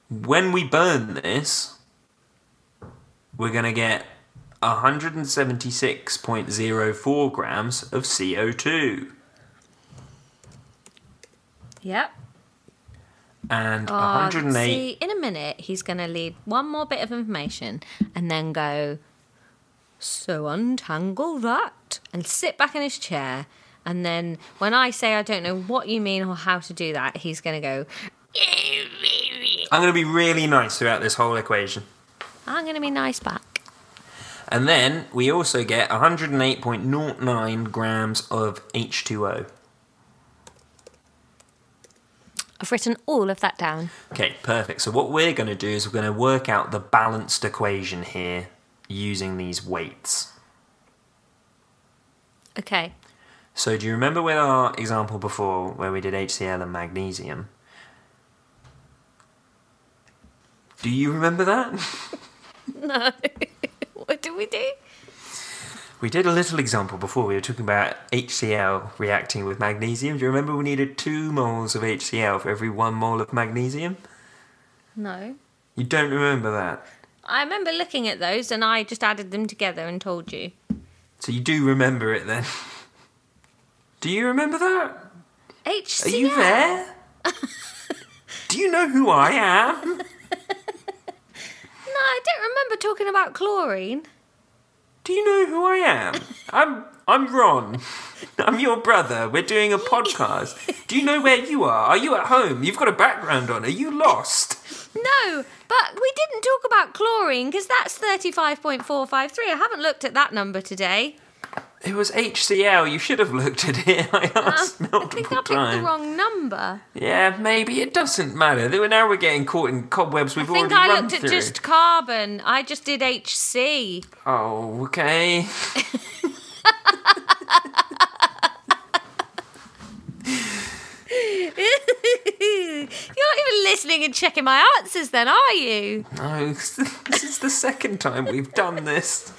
Speaker 2: When we burn this, we're going to get 176.04 grams of CO2
Speaker 1: Yep.
Speaker 2: and
Speaker 1: Oh,
Speaker 2: 108.
Speaker 1: See, in a minute, he's going to lead one more bit of information and then go, So untangle that and sit back in his chair. And then when I say I don't know what you mean or how to do that, he's going to go,
Speaker 2: I'm going to be really nice throughout this whole equation.
Speaker 1: I'm going to be nice back.
Speaker 2: And then we also get 108.09 grams of H2O.
Speaker 1: I've written all of that down.
Speaker 2: Okay, perfect. So what we're going to do is we're going to work out the balanced equation here using these weights.
Speaker 1: Okay. [laughs]
Speaker 2: So do you remember with our example before where we did HCl and magnesium? Do you remember that? [laughs]
Speaker 1: No. what do we do?
Speaker 2: We did a little example before. We were talking about HCl reacting with magnesium. Do you remember we needed two moles of HCl for every one mole of magnesium?
Speaker 1: No.
Speaker 2: You don't remember that.
Speaker 1: I remember looking at those and I just added them together and told you.
Speaker 2: So you do remember it then. [laughs] Do you remember that?
Speaker 1: HCl.
Speaker 2: Are you there? Do you know who I am?
Speaker 1: No, I don't remember talking about chlorine.
Speaker 2: Do you know who I am? I'm I'm Ron. I'm your brother. We're doing a podcast. Do you know where you are? Are you at home? You've got a background on. Are you lost?
Speaker 1: No, but we didn't talk about chlorine because that's 35.453. I haven't looked at that number today.
Speaker 2: It was HCl. You should have looked at it. [laughs] I asked
Speaker 1: Um, I
Speaker 2: multiple
Speaker 1: think I picked the
Speaker 2: times.
Speaker 1: wrong number.
Speaker 2: yeah, maybe it doesn't matter. They were- Now we're getting caught in cobwebs. We've
Speaker 1: I think
Speaker 2: already
Speaker 1: I
Speaker 2: run
Speaker 1: looked
Speaker 2: through.
Speaker 1: at just [laughs] carbon. I just did HC.
Speaker 2: Oh, okay.
Speaker 1: listening and checking my answers then, are you?
Speaker 2: No, [laughs] this is the second time we've done
Speaker 1: [laughs]
Speaker 2: this.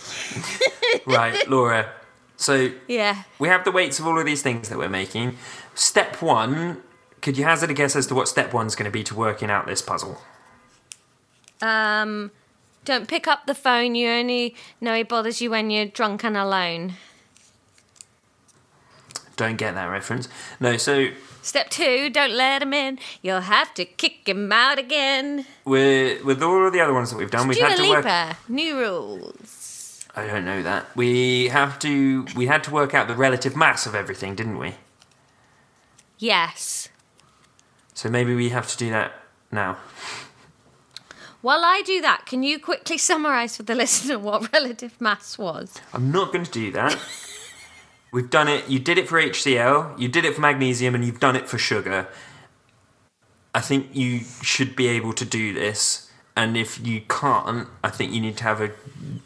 Speaker 2: right, Laura. So
Speaker 1: Yeah.
Speaker 2: we have the weights of all of these things that we're making. Step one. Could you hazard a guess as to what step one's going to be to working out this puzzle?
Speaker 1: Um, don't pick up the phone. You only know he bothers you when you're drunk and alone.
Speaker 2: Don't get that reference. No, so
Speaker 1: Step two, don't let him in. You'll have to kick him out again.
Speaker 2: we're, with all of the other ones that we've done, we've
Speaker 1: Dua
Speaker 2: had to work.
Speaker 1: Lipa, new rules.
Speaker 2: I don't know that. We have to. We had to work out the relative mass of everything, didn't we?
Speaker 1: Yes.
Speaker 2: So maybe we have to do that now.
Speaker 1: While I do that, can you quickly summarise for the [laughs] listener what relative mass was?
Speaker 2: I'm not going to do [laughs] that. We've done it. You did it for HCl. You did it for magnesium, and you've done it for sugar. I think you should be able to do this. And if you can't, I think you need to have a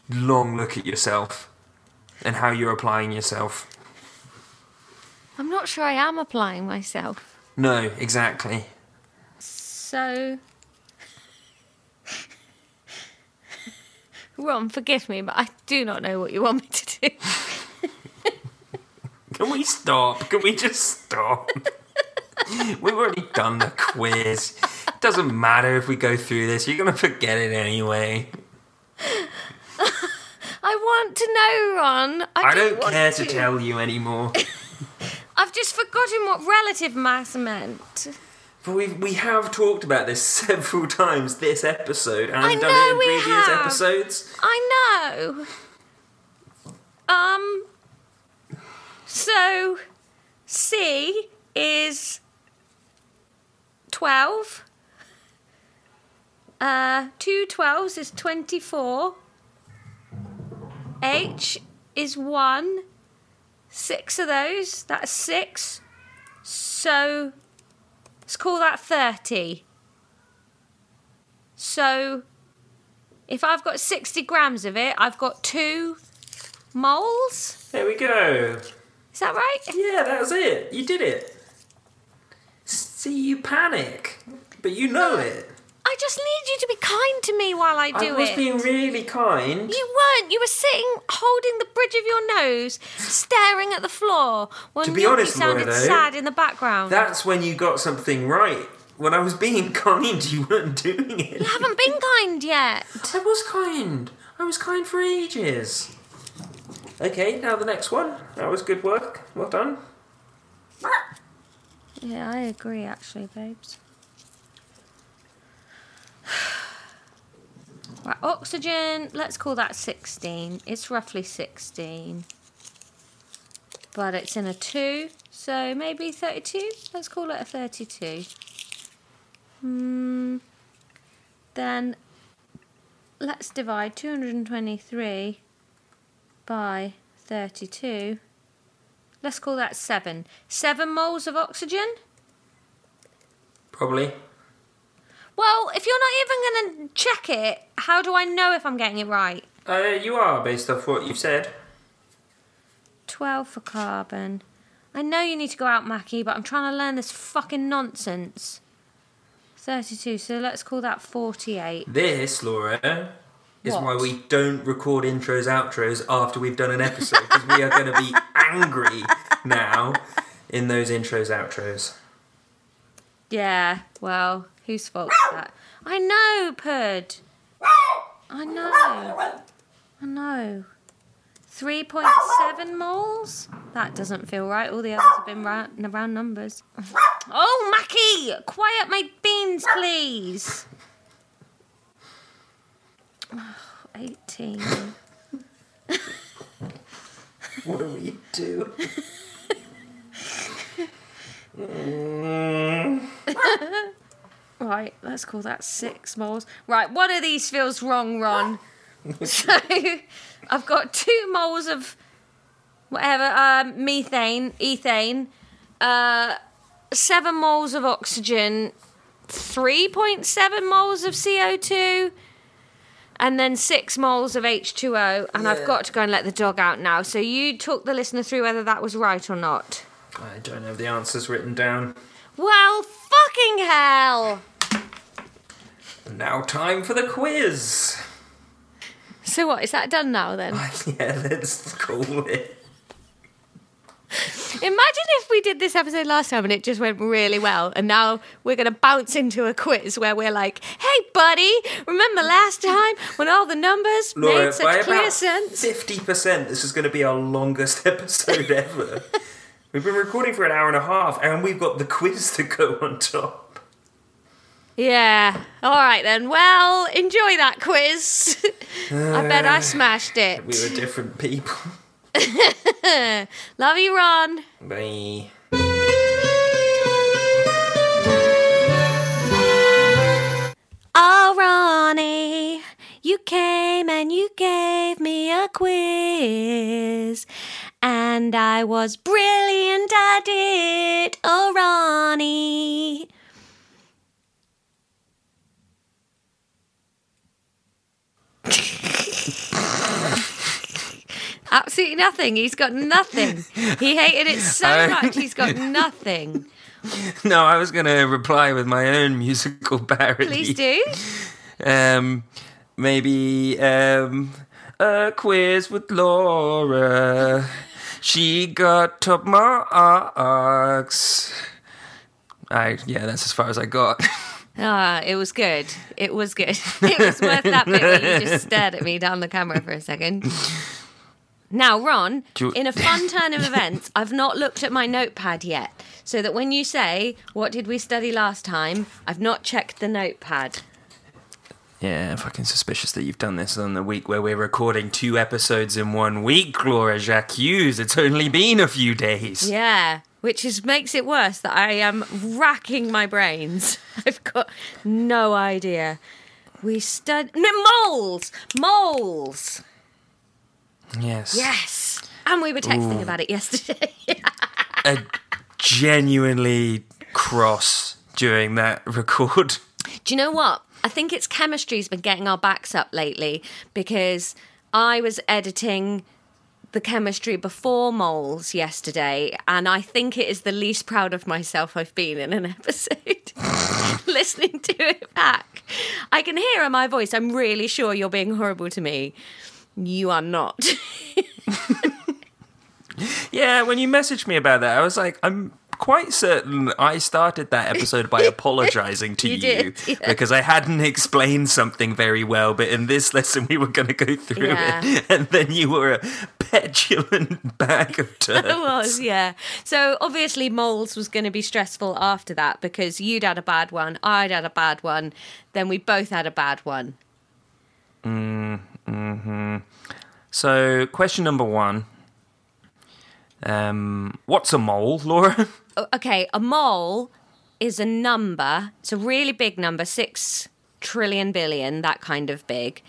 Speaker 2: long look at yourself and how you're applying yourself.
Speaker 1: I'm not sure I am applying myself.
Speaker 2: No, exactly.
Speaker 1: So. Ron, forgive me, but I do not know what you want me to do.
Speaker 2: Can we stop? Can we just [laughs] stop? We've already done the quiz. It doesn't matter if we go through this, you're going to forget it anyway.
Speaker 1: [laughs] I want to know, Ron. I,
Speaker 2: I don't
Speaker 1: want
Speaker 2: care to tell you anymore.
Speaker 1: I've just forgotten what relative mass meant.
Speaker 2: But we we have talked about this [laughs] several times this episode and
Speaker 1: I
Speaker 2: done
Speaker 1: know
Speaker 2: it in
Speaker 1: we
Speaker 2: previous
Speaker 1: have.
Speaker 2: episodes.
Speaker 1: I know. Um. So, C is twelve. Uh, two twelves is twenty-four. H is one. Six of those. That's six. So, let's call that thirty. So. If I've got 60 grams of it, I've got two moles.
Speaker 2: There we go.
Speaker 1: Is that right?
Speaker 2: Yeah, that was it. You did it. See, you panic, but you know it.
Speaker 1: I just need you to be kind to me while I do
Speaker 2: I was
Speaker 1: it.
Speaker 2: being really kind.
Speaker 1: You weren't. You were sitting holding the bridge of your nose, staring at the floor. When
Speaker 2: To be
Speaker 1: you
Speaker 2: honest, Laura,
Speaker 1: sounded
Speaker 2: though,
Speaker 1: sad in the background.
Speaker 2: That's when you got something right. When I was being [laughs] kind, you weren't doing it.
Speaker 1: you haven't been kind yet.
Speaker 2: I was kind. I was kind for ages. Okay, now the next one. That was good work. Well done.
Speaker 1: Ah. Yeah, I agree, actually, babes. [sighs] Right, oxygen, let's call that 16. It's roughly 16. But it's in a 2, so maybe 32? Let's call it a 32. Hmm. Then let's divide 223 by 32. Let's call that 7. 7 moles of oxygen?
Speaker 2: Probably.
Speaker 1: Well, if you're not even going to check it, how do I know if I'm getting it right?
Speaker 2: Uh, you are based off what you've said.
Speaker 1: 12 for carbon. I know you need to go out, Mackie, but I'm trying to learn this fucking nonsense. 32, so let's call that 48.
Speaker 2: This, Laura, is
Speaker 1: What?
Speaker 2: why we don't record intros, outros after we've done an episode because we are going [laughs] to be angry now in those intros, outros.
Speaker 1: Yeah, well, whose fault is that? I know, Pud. I know. I know. 3.7 moles? That doesn't feel right. All the others have been round, round numbers. [laughs] Oh, Mackie! Quiet my beans, please! [sighs] 18.
Speaker 2: What do we [laughs] do? Mm.
Speaker 1: Right, let's call that six moles. Right, one of these feels wrong, Ron. so I've got two moles of whatever um, methane, ethane, uh, seven moles of oxygen, three point seven moles of CO two, and then six moles of H two O. And I've
Speaker 2: Yeah.
Speaker 1: got to go and let the dog out now. So you talk the listener through whether that was right or not.
Speaker 2: I don't have the answers written down.
Speaker 1: Well, fucking hell.
Speaker 2: Now, time for the quiz. [laughs]
Speaker 1: So what is that done now then?
Speaker 2: yeah, let's call it.
Speaker 1: Imagine if we did this episode last time and it just went really well, and now we're going to bounce into a quiz where we're like, "Hey, buddy, remember last time when all the numbers
Speaker 2: Laura,
Speaker 1: made
Speaker 2: by
Speaker 1: such clear
Speaker 2: about
Speaker 1: sense?"
Speaker 2: fifty percent, this is going to be our longest [laughs] episode [laughs] ever. we've been recording for an hour and a half, and we've got the quiz to go on top.
Speaker 1: Yeah. All right then. Well, enjoy that quiz. [laughs] I bet I smashed it.
Speaker 2: We were different [laughs] people.
Speaker 1: Love you, Ron.
Speaker 2: Bye.
Speaker 1: Oh, Ronnie, you came and you gave me a quiz. And I was brilliant at it. Oh, Ronnie. [laughs] Absolutely nothing. He's got nothing. He hated it so
Speaker 2: I-
Speaker 1: much, he's got nothing.
Speaker 2: No, I was going to reply with my own musical [laughs] parody.
Speaker 1: Please do.
Speaker 2: Um, maybe um, a quiz with Laura. She got top marks. I yeah, that's as far as I got. [laughs]
Speaker 1: Ah, it was good. It was good. [laughs] It was worth that bit where you just
Speaker 2: [laughs]
Speaker 1: stared at me down the camera for a second. Now, Ron,
Speaker 2: Do you-
Speaker 1: in a fun turn of events, I've not looked at my notepad yet. So that when you say, What did we study last time? I've not checked the notepad.
Speaker 2: yeah, fucking suspicious that you've done this on the week where we're recording two episodes in one week, Laura Jacques Hughes. It's only been a few days.
Speaker 1: Yeah. Which is makes it worse that I am racking my brains. [laughs] I've got no idea. We stud no, moles, moles.
Speaker 2: Yes.
Speaker 1: Yes, and we were texting about it yesterday.
Speaker 2: A genuinely cross during that [laughs] record.
Speaker 1: Do you know what? I think it's chemistry's been getting our backs up lately because I was editing the chemistry before moles yesterday, and I think it is the least proud of myself I've been in an [laughs] episode. Listening to it back, I can hear in my voice, I'm really sure you're being horrible to me. You are not. [laughs]
Speaker 2: Yeah, when you messaged me about that, I was like, I'm quite certain I started that episode
Speaker 1: [laughs]
Speaker 2: by apologizing to you,
Speaker 1: You did, yeah.
Speaker 2: because I hadn't explained something very well. But in this lesson, we were going to go through
Speaker 1: Yeah.
Speaker 2: it, [laughs] and then you were a petulant bag of
Speaker 1: [laughs] It
Speaker 2: dirt.
Speaker 1: was, yeah. So obviously, moles was going to be stressful after that because you'd had a bad one, I'd had a bad one, then we both had a bad one.
Speaker 2: so, question number one. Um, what's a mole, Laura? [laughs]
Speaker 1: O- Okay, a mole is a number. It's a really big number, six trillion billion, that kind of big,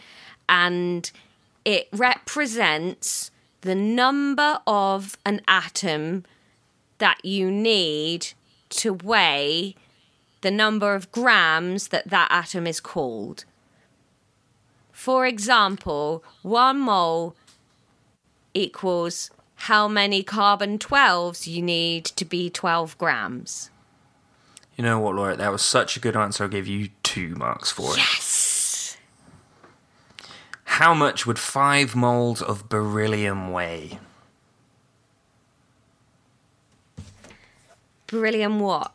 Speaker 1: and it represents the number of an atom that you need to weigh the number of grams that that atom is called. For example, one mole equals how many carbon 12s you need to be 12 grams.
Speaker 2: You know what, Laura? That was such a good answer. I'll give you two marks for it.
Speaker 1: Yes!
Speaker 2: How much would five moles of beryllium weigh?
Speaker 1: Beryllium what?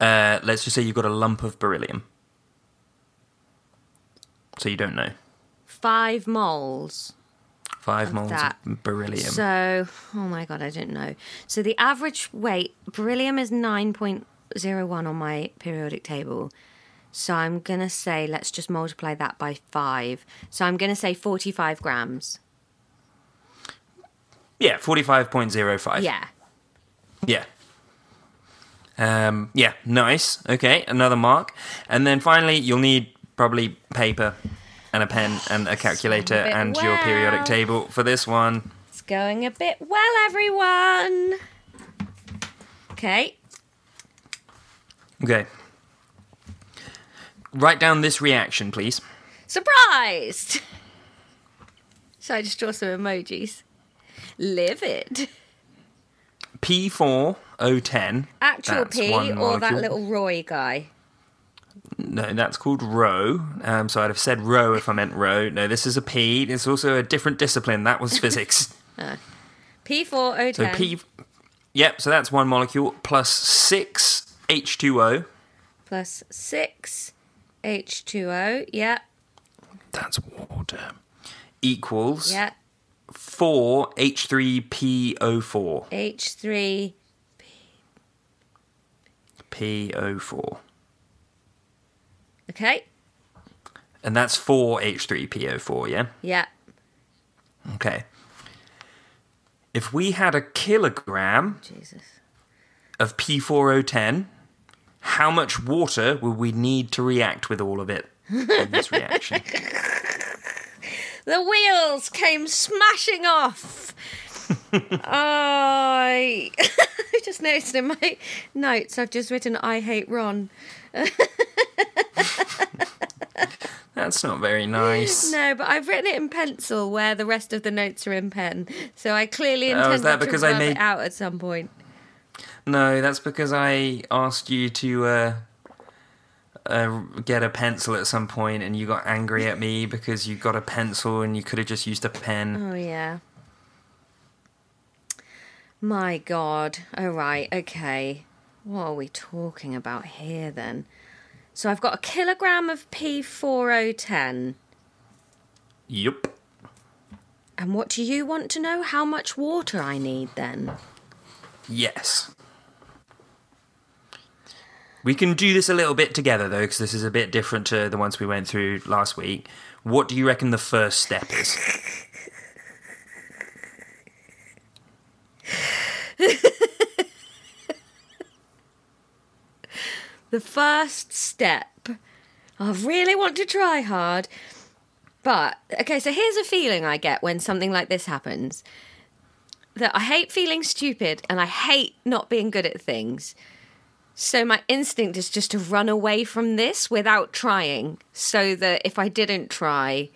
Speaker 2: Uh, let's just say you've got a lump of beryllium. So you don't know.
Speaker 1: Five moles.
Speaker 2: Five moles
Speaker 1: that.
Speaker 2: of beryllium.
Speaker 1: So, oh my god, I don't know. So the average weight, beryllium is 9.01 on my periodic table. So I'm going to say, let's just multiply that by five. So I'm going to say 45 grams.
Speaker 2: yeah, 45.05.
Speaker 1: Yeah.
Speaker 2: Yeah. Um, yeah, nice. Okay, another mark. And then finally, you'll need probably paper and a pen and a calculator
Speaker 1: bit
Speaker 2: and your periodic
Speaker 1: well.
Speaker 2: table for this one.
Speaker 1: It's going a bit well, everyone. Okay.
Speaker 2: Okay. Write down this reaction, please.
Speaker 1: surprised. [laughs] So I just draw some emojis. Livid.
Speaker 2: P4O10.
Speaker 1: Actual
Speaker 2: That's
Speaker 1: P
Speaker 2: one
Speaker 1: or that
Speaker 2: molecule.
Speaker 1: little Roy guy.
Speaker 2: No, that's called row. Um, so I'd have said row if I meant row. No, this is a P. It's also a different discipline. That
Speaker 1: [laughs]
Speaker 2: was physics.
Speaker 1: P4O10.
Speaker 2: So P. Yep. So that's one molecule plus six H2O.
Speaker 1: plus 6 H2O. Yeah,
Speaker 2: That's water. Equals
Speaker 1: yeah.
Speaker 2: four H3PO4.
Speaker 1: H3.
Speaker 2: PO4.
Speaker 1: Okay.
Speaker 2: And that's four H3PO4. Yeah.
Speaker 1: Yeah.
Speaker 2: Okay. If we had a kilogram
Speaker 1: Jesus.
Speaker 2: of P4O10, how much water would we need to react with all of it in
Speaker 1: [laughs]
Speaker 2: this reaction?
Speaker 1: The wheels came smashing
Speaker 2: [laughs]
Speaker 1: off. I [laughs] I just noticed in my notes I've just written I hate Ron.
Speaker 2: That's not very nice.
Speaker 1: No, but I've written it in pencil where the rest of the notes are in pen. So I clearly
Speaker 2: Oh,
Speaker 1: intended
Speaker 2: is that because
Speaker 1: to
Speaker 2: I
Speaker 1: rub
Speaker 2: made-
Speaker 1: it out at some point.
Speaker 2: No, that's because I asked you to uh, uh, get a pencil at some point and you got angry at me because you got a pencil and you could have just used a pen.
Speaker 1: Oh yeah. My God. All right. Okay. What are we talking about here then? So I've got a kilogram of P4010.
Speaker 2: Yep.
Speaker 1: And what do you want to know? How much water I need then?
Speaker 2: Yes. We can do this a little bit together though, because this is a bit different to the ones we went through last week. What do you reckon the first step is?
Speaker 1: The first step. I really want to try hard. But, okay, so here's a feeling I get when something like this happens that I hate feeling stupid and I hate not being good at things. So my instinct is just to run away from this without trying, so that if I didn't try,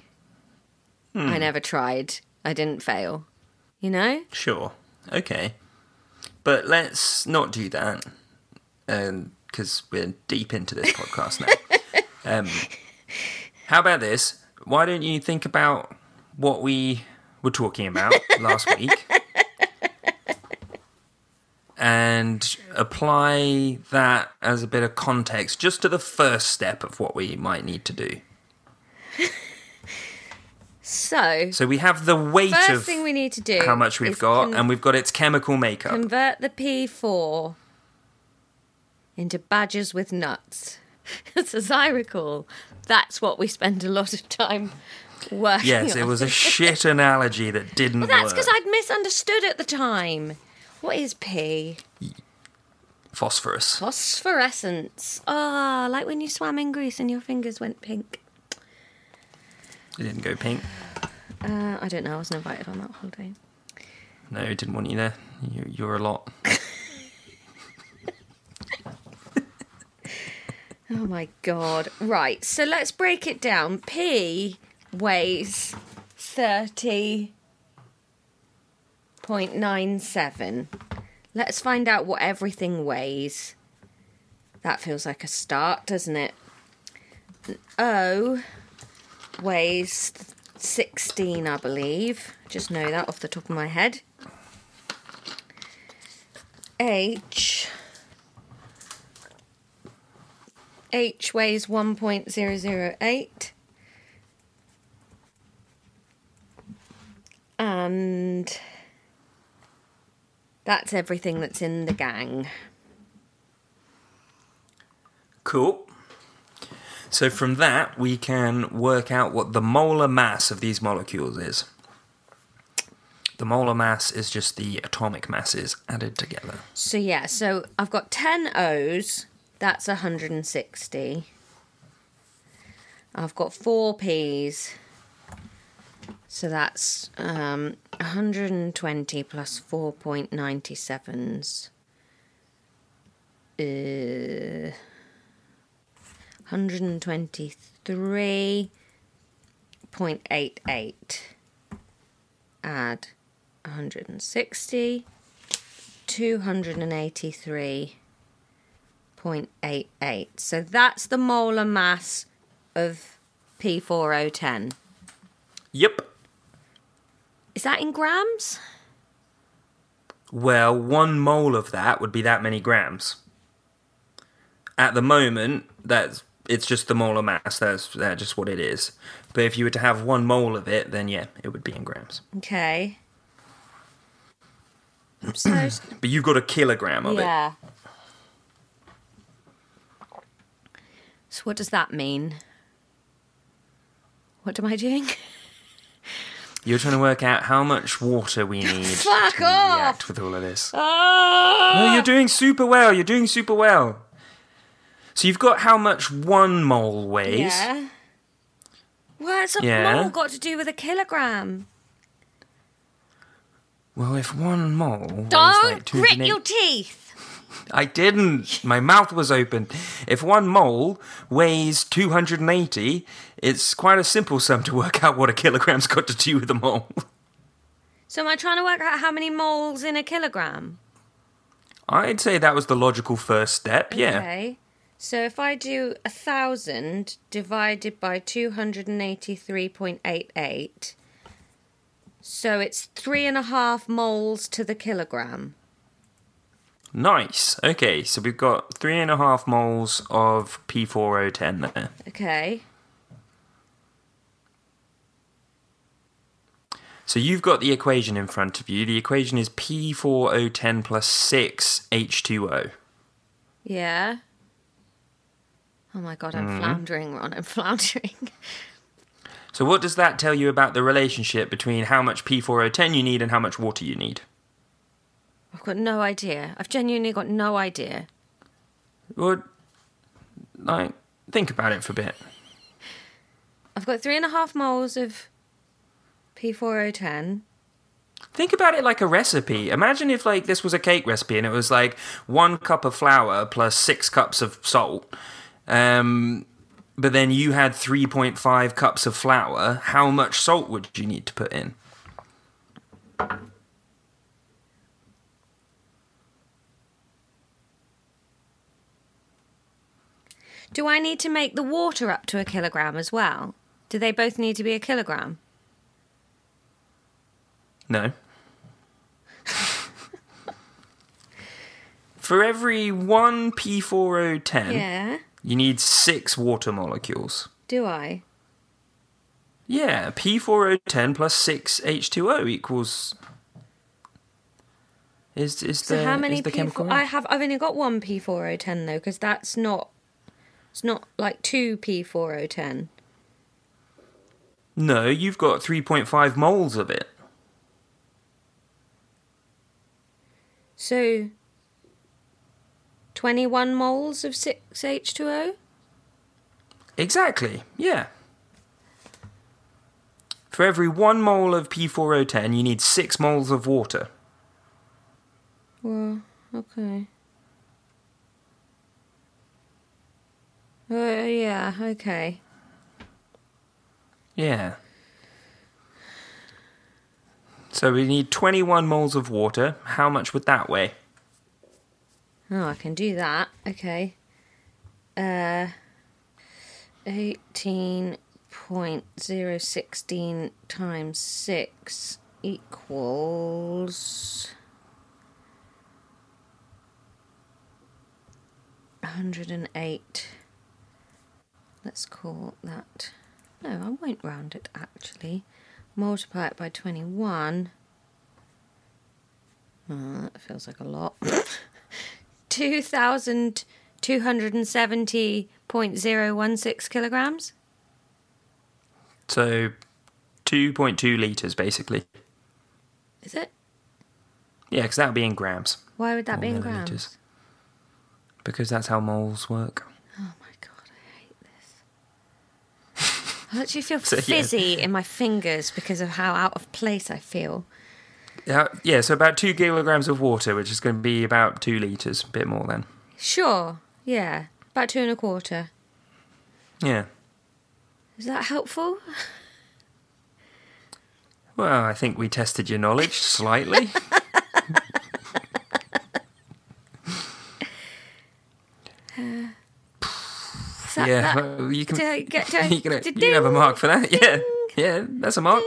Speaker 2: Hmm.
Speaker 1: I never tried. I didn't fail. You know?
Speaker 2: Sure. Okay. But let's not do that, because we're deep into this podcast now.
Speaker 1: [laughs]
Speaker 2: um, how about this? Why don't you think about what we were
Speaker 1: [laughs]
Speaker 2: talking about last week and apply that as a bit of context just to the first step of what we might need to do?
Speaker 1: So,
Speaker 2: So we have the weight
Speaker 1: first
Speaker 2: of
Speaker 1: thing we need to do
Speaker 2: how much
Speaker 1: is
Speaker 2: we've got,
Speaker 1: con-
Speaker 2: and we've got its chemical makeup.
Speaker 1: convert the P4 into badgers with nuts. [laughs] As I recall, that's what we spend a lot of time working
Speaker 2: Yes,
Speaker 1: on.
Speaker 2: it was a shit analogy that didn't
Speaker 1: Well, that's
Speaker 2: work.
Speaker 1: because I'd misunderstood at the time. What is P?
Speaker 2: Phosphorus.
Speaker 1: Phosphorescence. Ah, like when you swam in Greece and your fingers went pink.
Speaker 2: It didn't go pink.
Speaker 1: Uh, I don't know. I wasn't invited on that holiday.
Speaker 2: No, it didn't want you there. You, you're a lot.
Speaker 1: Oh my god. Right, so let's break it down. P weighs 30.97. Let's find out what everything weighs. That feels like a start, doesn't it? An O weighs 16, I believe. Just know that off the top of my head. H H weighs 1.008. And that's everything that's in the gang.
Speaker 2: Cool. So from that, we can work out what the molar mass of these molecules is. The molar mass is just the atomic masses added together.
Speaker 1: So, yeah, so I've got 10 O's, that's 160. I've got four P's, so that's um, 120 plus 4.97s. Uh, 123.88 add 160 283.88 0.88. So that's the molar mass of P4010.
Speaker 2: Yep.
Speaker 1: Is that in grams?
Speaker 2: Well, one mole of that would be that many grams. At the moment, that's it's just the molar mass. That's that's just what it is. But if you were to have one mole of it, then yeah, it would be in grams.
Speaker 1: Okay. So,
Speaker 2: [clears throat] But you've got a kilogram of it.
Speaker 1: yeah. So, what does that mean? What am I doing? [laughs]
Speaker 2: You're trying to work out how much water we
Speaker 1: [laughs]
Speaker 2: need
Speaker 1: Fuck
Speaker 2: to
Speaker 1: off!
Speaker 2: react with all of this.
Speaker 1: Oh!
Speaker 2: No, you're doing super well. You're doing super well. So you've got how much one mole weighs.
Speaker 1: Yeah. What's a
Speaker 2: Yeah.
Speaker 1: mole got to do with a kilogram?
Speaker 2: Well, if one mole weighs
Speaker 1: Don't
Speaker 2: like
Speaker 1: grit
Speaker 2: 208
Speaker 1: your teeth.
Speaker 2: I didn't. My mouth was open. If one mole weighs 280, it's quite a simple sum to work out what a kilogram's got to do with a mole.
Speaker 1: So am I trying to work out how many moles in a kilogram?
Speaker 2: I'd say that was the logical first step, yeah.
Speaker 1: Okay. So if I do a thousand divided by two hundred and eighty-three point eight eight, so it's three and a half moles to the kilogram.
Speaker 2: Nice. Okay, so we've got three and a half moles of P4010 there.
Speaker 1: Okay.
Speaker 2: So you've got the equation in front of you. The equation is P4010 plus 6 H2O.
Speaker 1: Yeah. Oh my god, I'm floundering, Ron. I'm [laughs] floundering.
Speaker 2: So what does that tell you about the relationship between how much P4010 you need and how much water you need?
Speaker 1: I've got no idea. I've genuinely got no idea.
Speaker 2: Well, like, think about it for a bit.
Speaker 1: I've got three and a half moles of P4010.
Speaker 2: Think about it like a recipe. Imagine if, like, this was a cake recipe and it was like one cup of flour plus six cups of salt. Um, but then you had 3.5 cups of flour. How much salt would you need to put in?
Speaker 1: Do I need to make the water up to a kilogram as well? Do they both need to be a kilogram?
Speaker 2: No. [laughs] For every one P4010,
Speaker 1: Yeah.
Speaker 2: you need six water molecules.
Speaker 1: Do I?
Speaker 2: Yeah, P4010 plus 6H2O equals. Is, is
Speaker 1: So
Speaker 2: the,
Speaker 1: how many
Speaker 2: is the
Speaker 1: P4?
Speaker 2: chemical.
Speaker 1: I have. I've only got one P4010 though, because that's not. It's not like two P4010.
Speaker 2: No, you've got 3.5 moles of it.
Speaker 1: So. Twenty-one moles of six H two O.
Speaker 2: Exactly, yeah. For every one mole of P4010, you need six moles of water.
Speaker 1: Well, okay. Uh, yeah, okay.
Speaker 2: Yeah. So we need 21 moles of water. How much would that weigh?
Speaker 1: Oh, I can do that. Okay. Uh, 18.016 times 6 equals 108. Let's call that. No, I won't round it actually. Multiply it by 21. Oh, that feels like a lot. [laughs] 2,270.016 kilograms.
Speaker 2: So 2.2 litres, basically.
Speaker 1: Is it?
Speaker 2: Yeah, because that would be in grams.
Speaker 1: Why would that be in
Speaker 2: Or
Speaker 1: grams?
Speaker 2: millilitres. Because that's how moles work.
Speaker 1: Oh my god, I hate this. [laughs] I actually feel
Speaker 2: So, yeah.
Speaker 1: fizzy in my fingers because of how out of place I feel.
Speaker 2: Yeah, yeah, so about two kilograms of water, which is going to be about two litres, a bit more then.
Speaker 1: Sure, yeah, about two and a quarter.
Speaker 2: Yeah.
Speaker 1: Is that helpful?
Speaker 2: Well, I think we tested your
Speaker 1: [laughs]
Speaker 2: knowledge slightly.
Speaker 1: Is that-
Speaker 2: yeah,
Speaker 1: that-
Speaker 2: well, you can.
Speaker 1: do I get- do I-
Speaker 2: [laughs] you can, you
Speaker 1: ding,
Speaker 2: can have a mark for that. Yeah, yeah, that's a mark.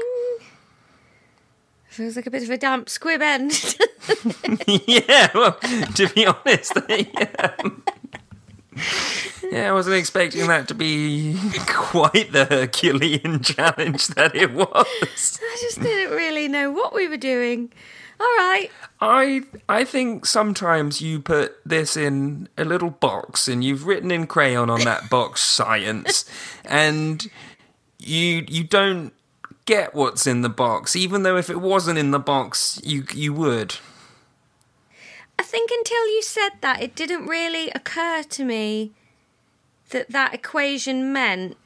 Speaker 1: Feels like a bit of a damp squib end. [laughs]
Speaker 2: [laughs] yeah, well, to be honest, [laughs] yeah. yeah, I wasn't expecting that to be [laughs] quite the Herculean challenge that it was.
Speaker 1: I just didn't really know what we were doing. All right.
Speaker 2: I I think sometimes you put this in a little box and you've written in crayon on
Speaker 1: [laughs]
Speaker 2: that box science and you you don't get what's in the box even though if it wasn't in the box you you would.
Speaker 1: I think until you said that, it didn't really occur to me that that equation meant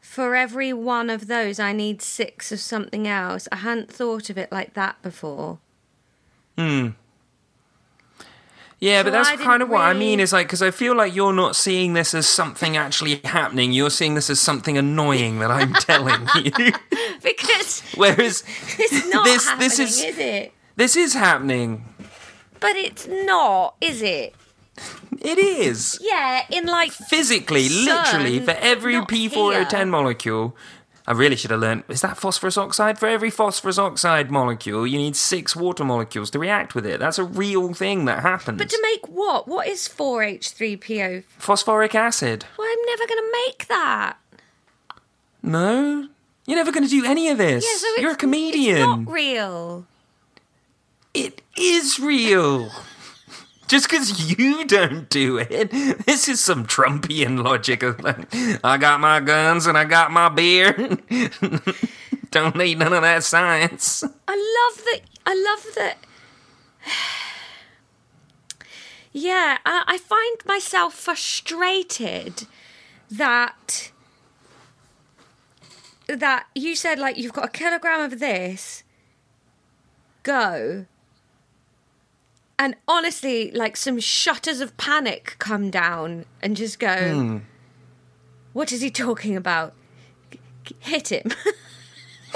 Speaker 1: for every one of those, I need six of something else. I hadn't thought of it like that before. [laughs]
Speaker 2: Yeah,
Speaker 1: So
Speaker 2: but that's
Speaker 1: I didn't
Speaker 2: kind of what I
Speaker 1: really-
Speaker 2: mean is like because I feel like you're not seeing this as something actually happening. You're seeing this as something annoying that I'm telling
Speaker 1: [laughs]
Speaker 2: you.
Speaker 1: Because
Speaker 2: Whereas
Speaker 1: it's not
Speaker 2: This-
Speaker 1: happening,
Speaker 2: this
Speaker 1: is...
Speaker 2: is-
Speaker 1: it?
Speaker 2: this is happening.
Speaker 1: But it's not, is it?
Speaker 2: It is
Speaker 1: Yeah, in like
Speaker 2: physically, literally,
Speaker 1: Son,
Speaker 2: for every
Speaker 1: not
Speaker 2: P4O10
Speaker 1: here.
Speaker 2: molecule. I really should have learned. Is that phosphorus oxide? For every phosphorus oxide molecule, you need six water molecules to react with it. That's a real thing that happens.
Speaker 1: But to make what? What is 4H3PO?
Speaker 2: Phosphoric acid.
Speaker 1: Well, I'm never going to make that.
Speaker 2: No, you're never going to do any of this.
Speaker 1: Yeah, so
Speaker 2: you're
Speaker 1: it's-
Speaker 2: a comedian.
Speaker 1: It's not real.
Speaker 2: It is real. Just because you don't do it, this is some Trumpian logic of like, I got my guns and I got my beer. [laughs] don't need none of that science.
Speaker 1: I love that. I love that. Yeah, I, I find myself frustrated that that you said like you've got a kilogram of this. Go. And honestly, like some shutters of panic come down and just go. What is he talking about? G- hit him. [laughs]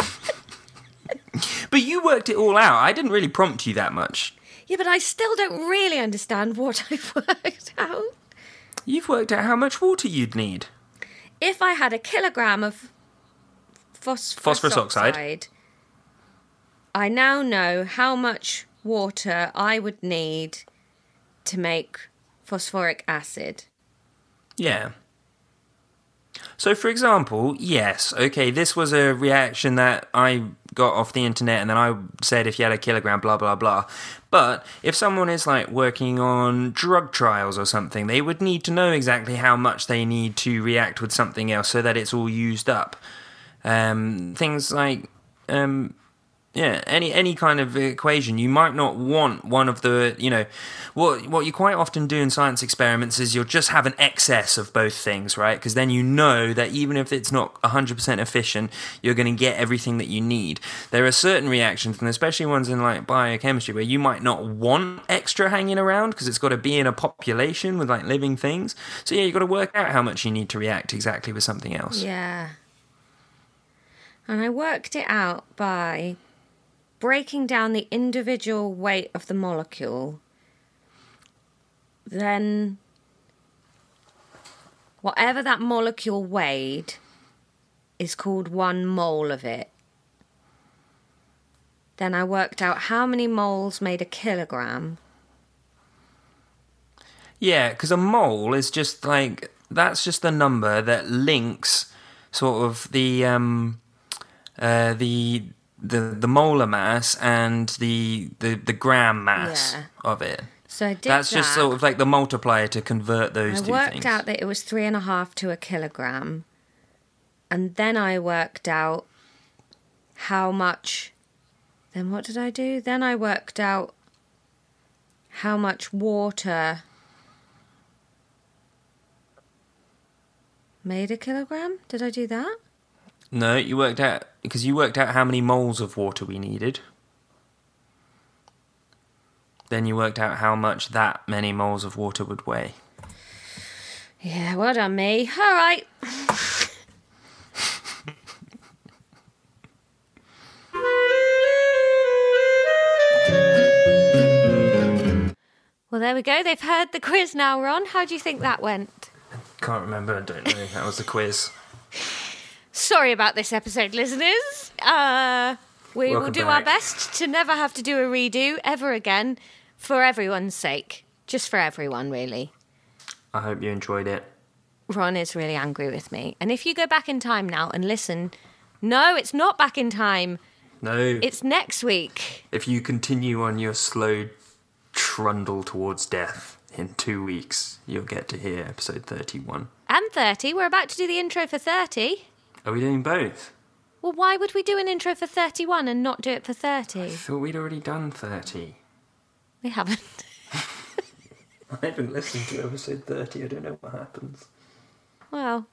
Speaker 2: But you worked it all out. I didn't really prompt you that much.
Speaker 1: Yeah, but I still don't really understand what I've [laughs] worked out.
Speaker 2: You've worked out how much water you'd need.
Speaker 1: If I had a kilogram of phosphorus,
Speaker 2: Phosphorus oxide.
Speaker 1: I now know how much water I would need to make phosphoric acid.
Speaker 2: Yeah. So, for example, yes, okay, this was a reaction that I got off the internet, and then I said if you had a kilogram, blah, blah, blah. But if someone is like working on drug trials or something, they would need to know exactly how much they need to react with something else so that it's all used up. Um, things like um, yeah any any kind of equation you might not want one of the you know what what you quite often do in science experiments is you'll just have an excess of both things right because then you know that even if it's not 100% efficient you're going to get everything that you need there are certain reactions and especially ones in like biochemistry where you might not want extra hanging around because it's got to be in a population with like living things so yeah you've got to work out how much you need to react exactly with something else
Speaker 1: Yeah. And I worked it out by breaking down the individual weight of the molecule, then whatever that molecule weighed is called one mole of it. Then I worked out how many moles made a kilogram.
Speaker 2: Yeah, because a mole is just like that's just the number that links sort of the um, uh, the the the molar mass and the the, the gram mass
Speaker 1: Yeah.
Speaker 2: of it.
Speaker 1: So I did
Speaker 2: That's
Speaker 1: that.
Speaker 2: just sort of like the multiplier to convert those
Speaker 1: I
Speaker 2: two
Speaker 1: worked
Speaker 2: things.
Speaker 1: out that it was three and a half to a kilogram. And then I worked out how much. Then what did I do? Then I worked out how much water made a kilogram. Did I do that?
Speaker 2: no, you worked out because you worked out how many moles of water we needed. Then you worked out how much that many moles of water would weigh.
Speaker 1: Yeah, well done, me. All right. Well, there we go. They've heard the quiz now, Ron. How do you think that went?
Speaker 2: Can't remember. I don't know. That was the quiz.
Speaker 1: Sorry about this episode, listeners. Uh, we will
Speaker 2: Welcome
Speaker 1: do our
Speaker 2: back.
Speaker 1: best to never have to do a redo ever again for everyone's sake. Just for everyone, really.
Speaker 2: I hope you enjoyed it.
Speaker 1: Ron is really angry with me. And if you go back in time now and listen, no, it's not back in time.
Speaker 2: No,
Speaker 1: It's next week.
Speaker 2: if you continue on your slow trundle towards death in two weeks, you'll get to hear episode 31.
Speaker 1: And 30. We're about to do the intro for 30.
Speaker 2: Are we doing both?
Speaker 1: Well, why would we do an intro for 31 and not do it for 30?
Speaker 2: I thought we'd already done 30.
Speaker 1: We haven't.
Speaker 2: [laughs]
Speaker 1: [laughs]
Speaker 2: I haven't listened to episode 30. I don't know what happens.
Speaker 1: Well,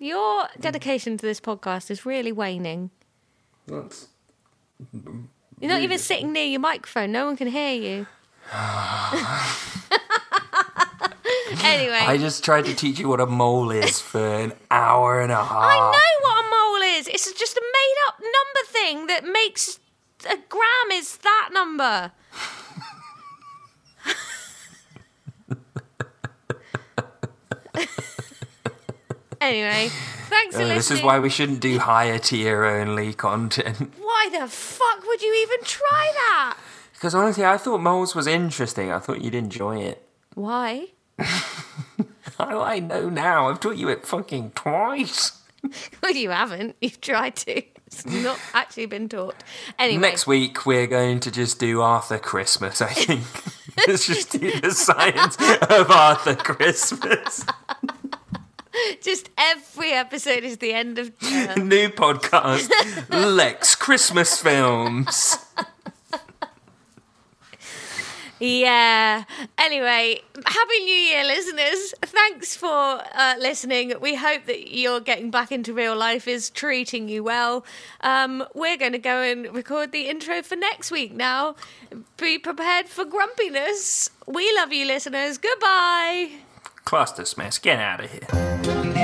Speaker 1: your dedication to this podcast is really waning.
Speaker 2: That's.
Speaker 1: You're not even sitting near your microphone. No one can hear you. [laughs] anyway,
Speaker 2: I
Speaker 1: I,
Speaker 2: just tried to teach you what a
Speaker 1: [laughs]
Speaker 2: mole is for an hour and a half.
Speaker 1: know what a mole is. It's just a made-up number thing that makes a gram is that number. anyway, thanks for
Speaker 2: Uh,
Speaker 1: listening.
Speaker 2: this is why we shouldn't do higher tier only content. [laughs]
Speaker 1: Why the fuck would you even try that?
Speaker 2: Because honestly, I thought moles was interesting. I thought you'd enjoy it. [laughs]
Speaker 1: Why? [laughs]
Speaker 2: Oh, I know now. I've taught you it fucking twice.
Speaker 1: Well, you haven't. You've tried to. It's not actually been taught. Anyway,
Speaker 2: Next week, we're going to just do Arthur Christmas, I think. Let's just do the science of Arthur Christmas.
Speaker 1: just every episode is the end of.
Speaker 2: [laughs] New podcast, Lex Christmas Films.
Speaker 1: yeah. Anyway, happy New Year, listeners. Thanks for uh, listening. We hope that your getting back into real life is treating you well. Um, we're going to go and record the intro for next week now. Be prepared for grumpiness. We love you, listeners. Goodbye.
Speaker 2: Cluster smash, get out of here.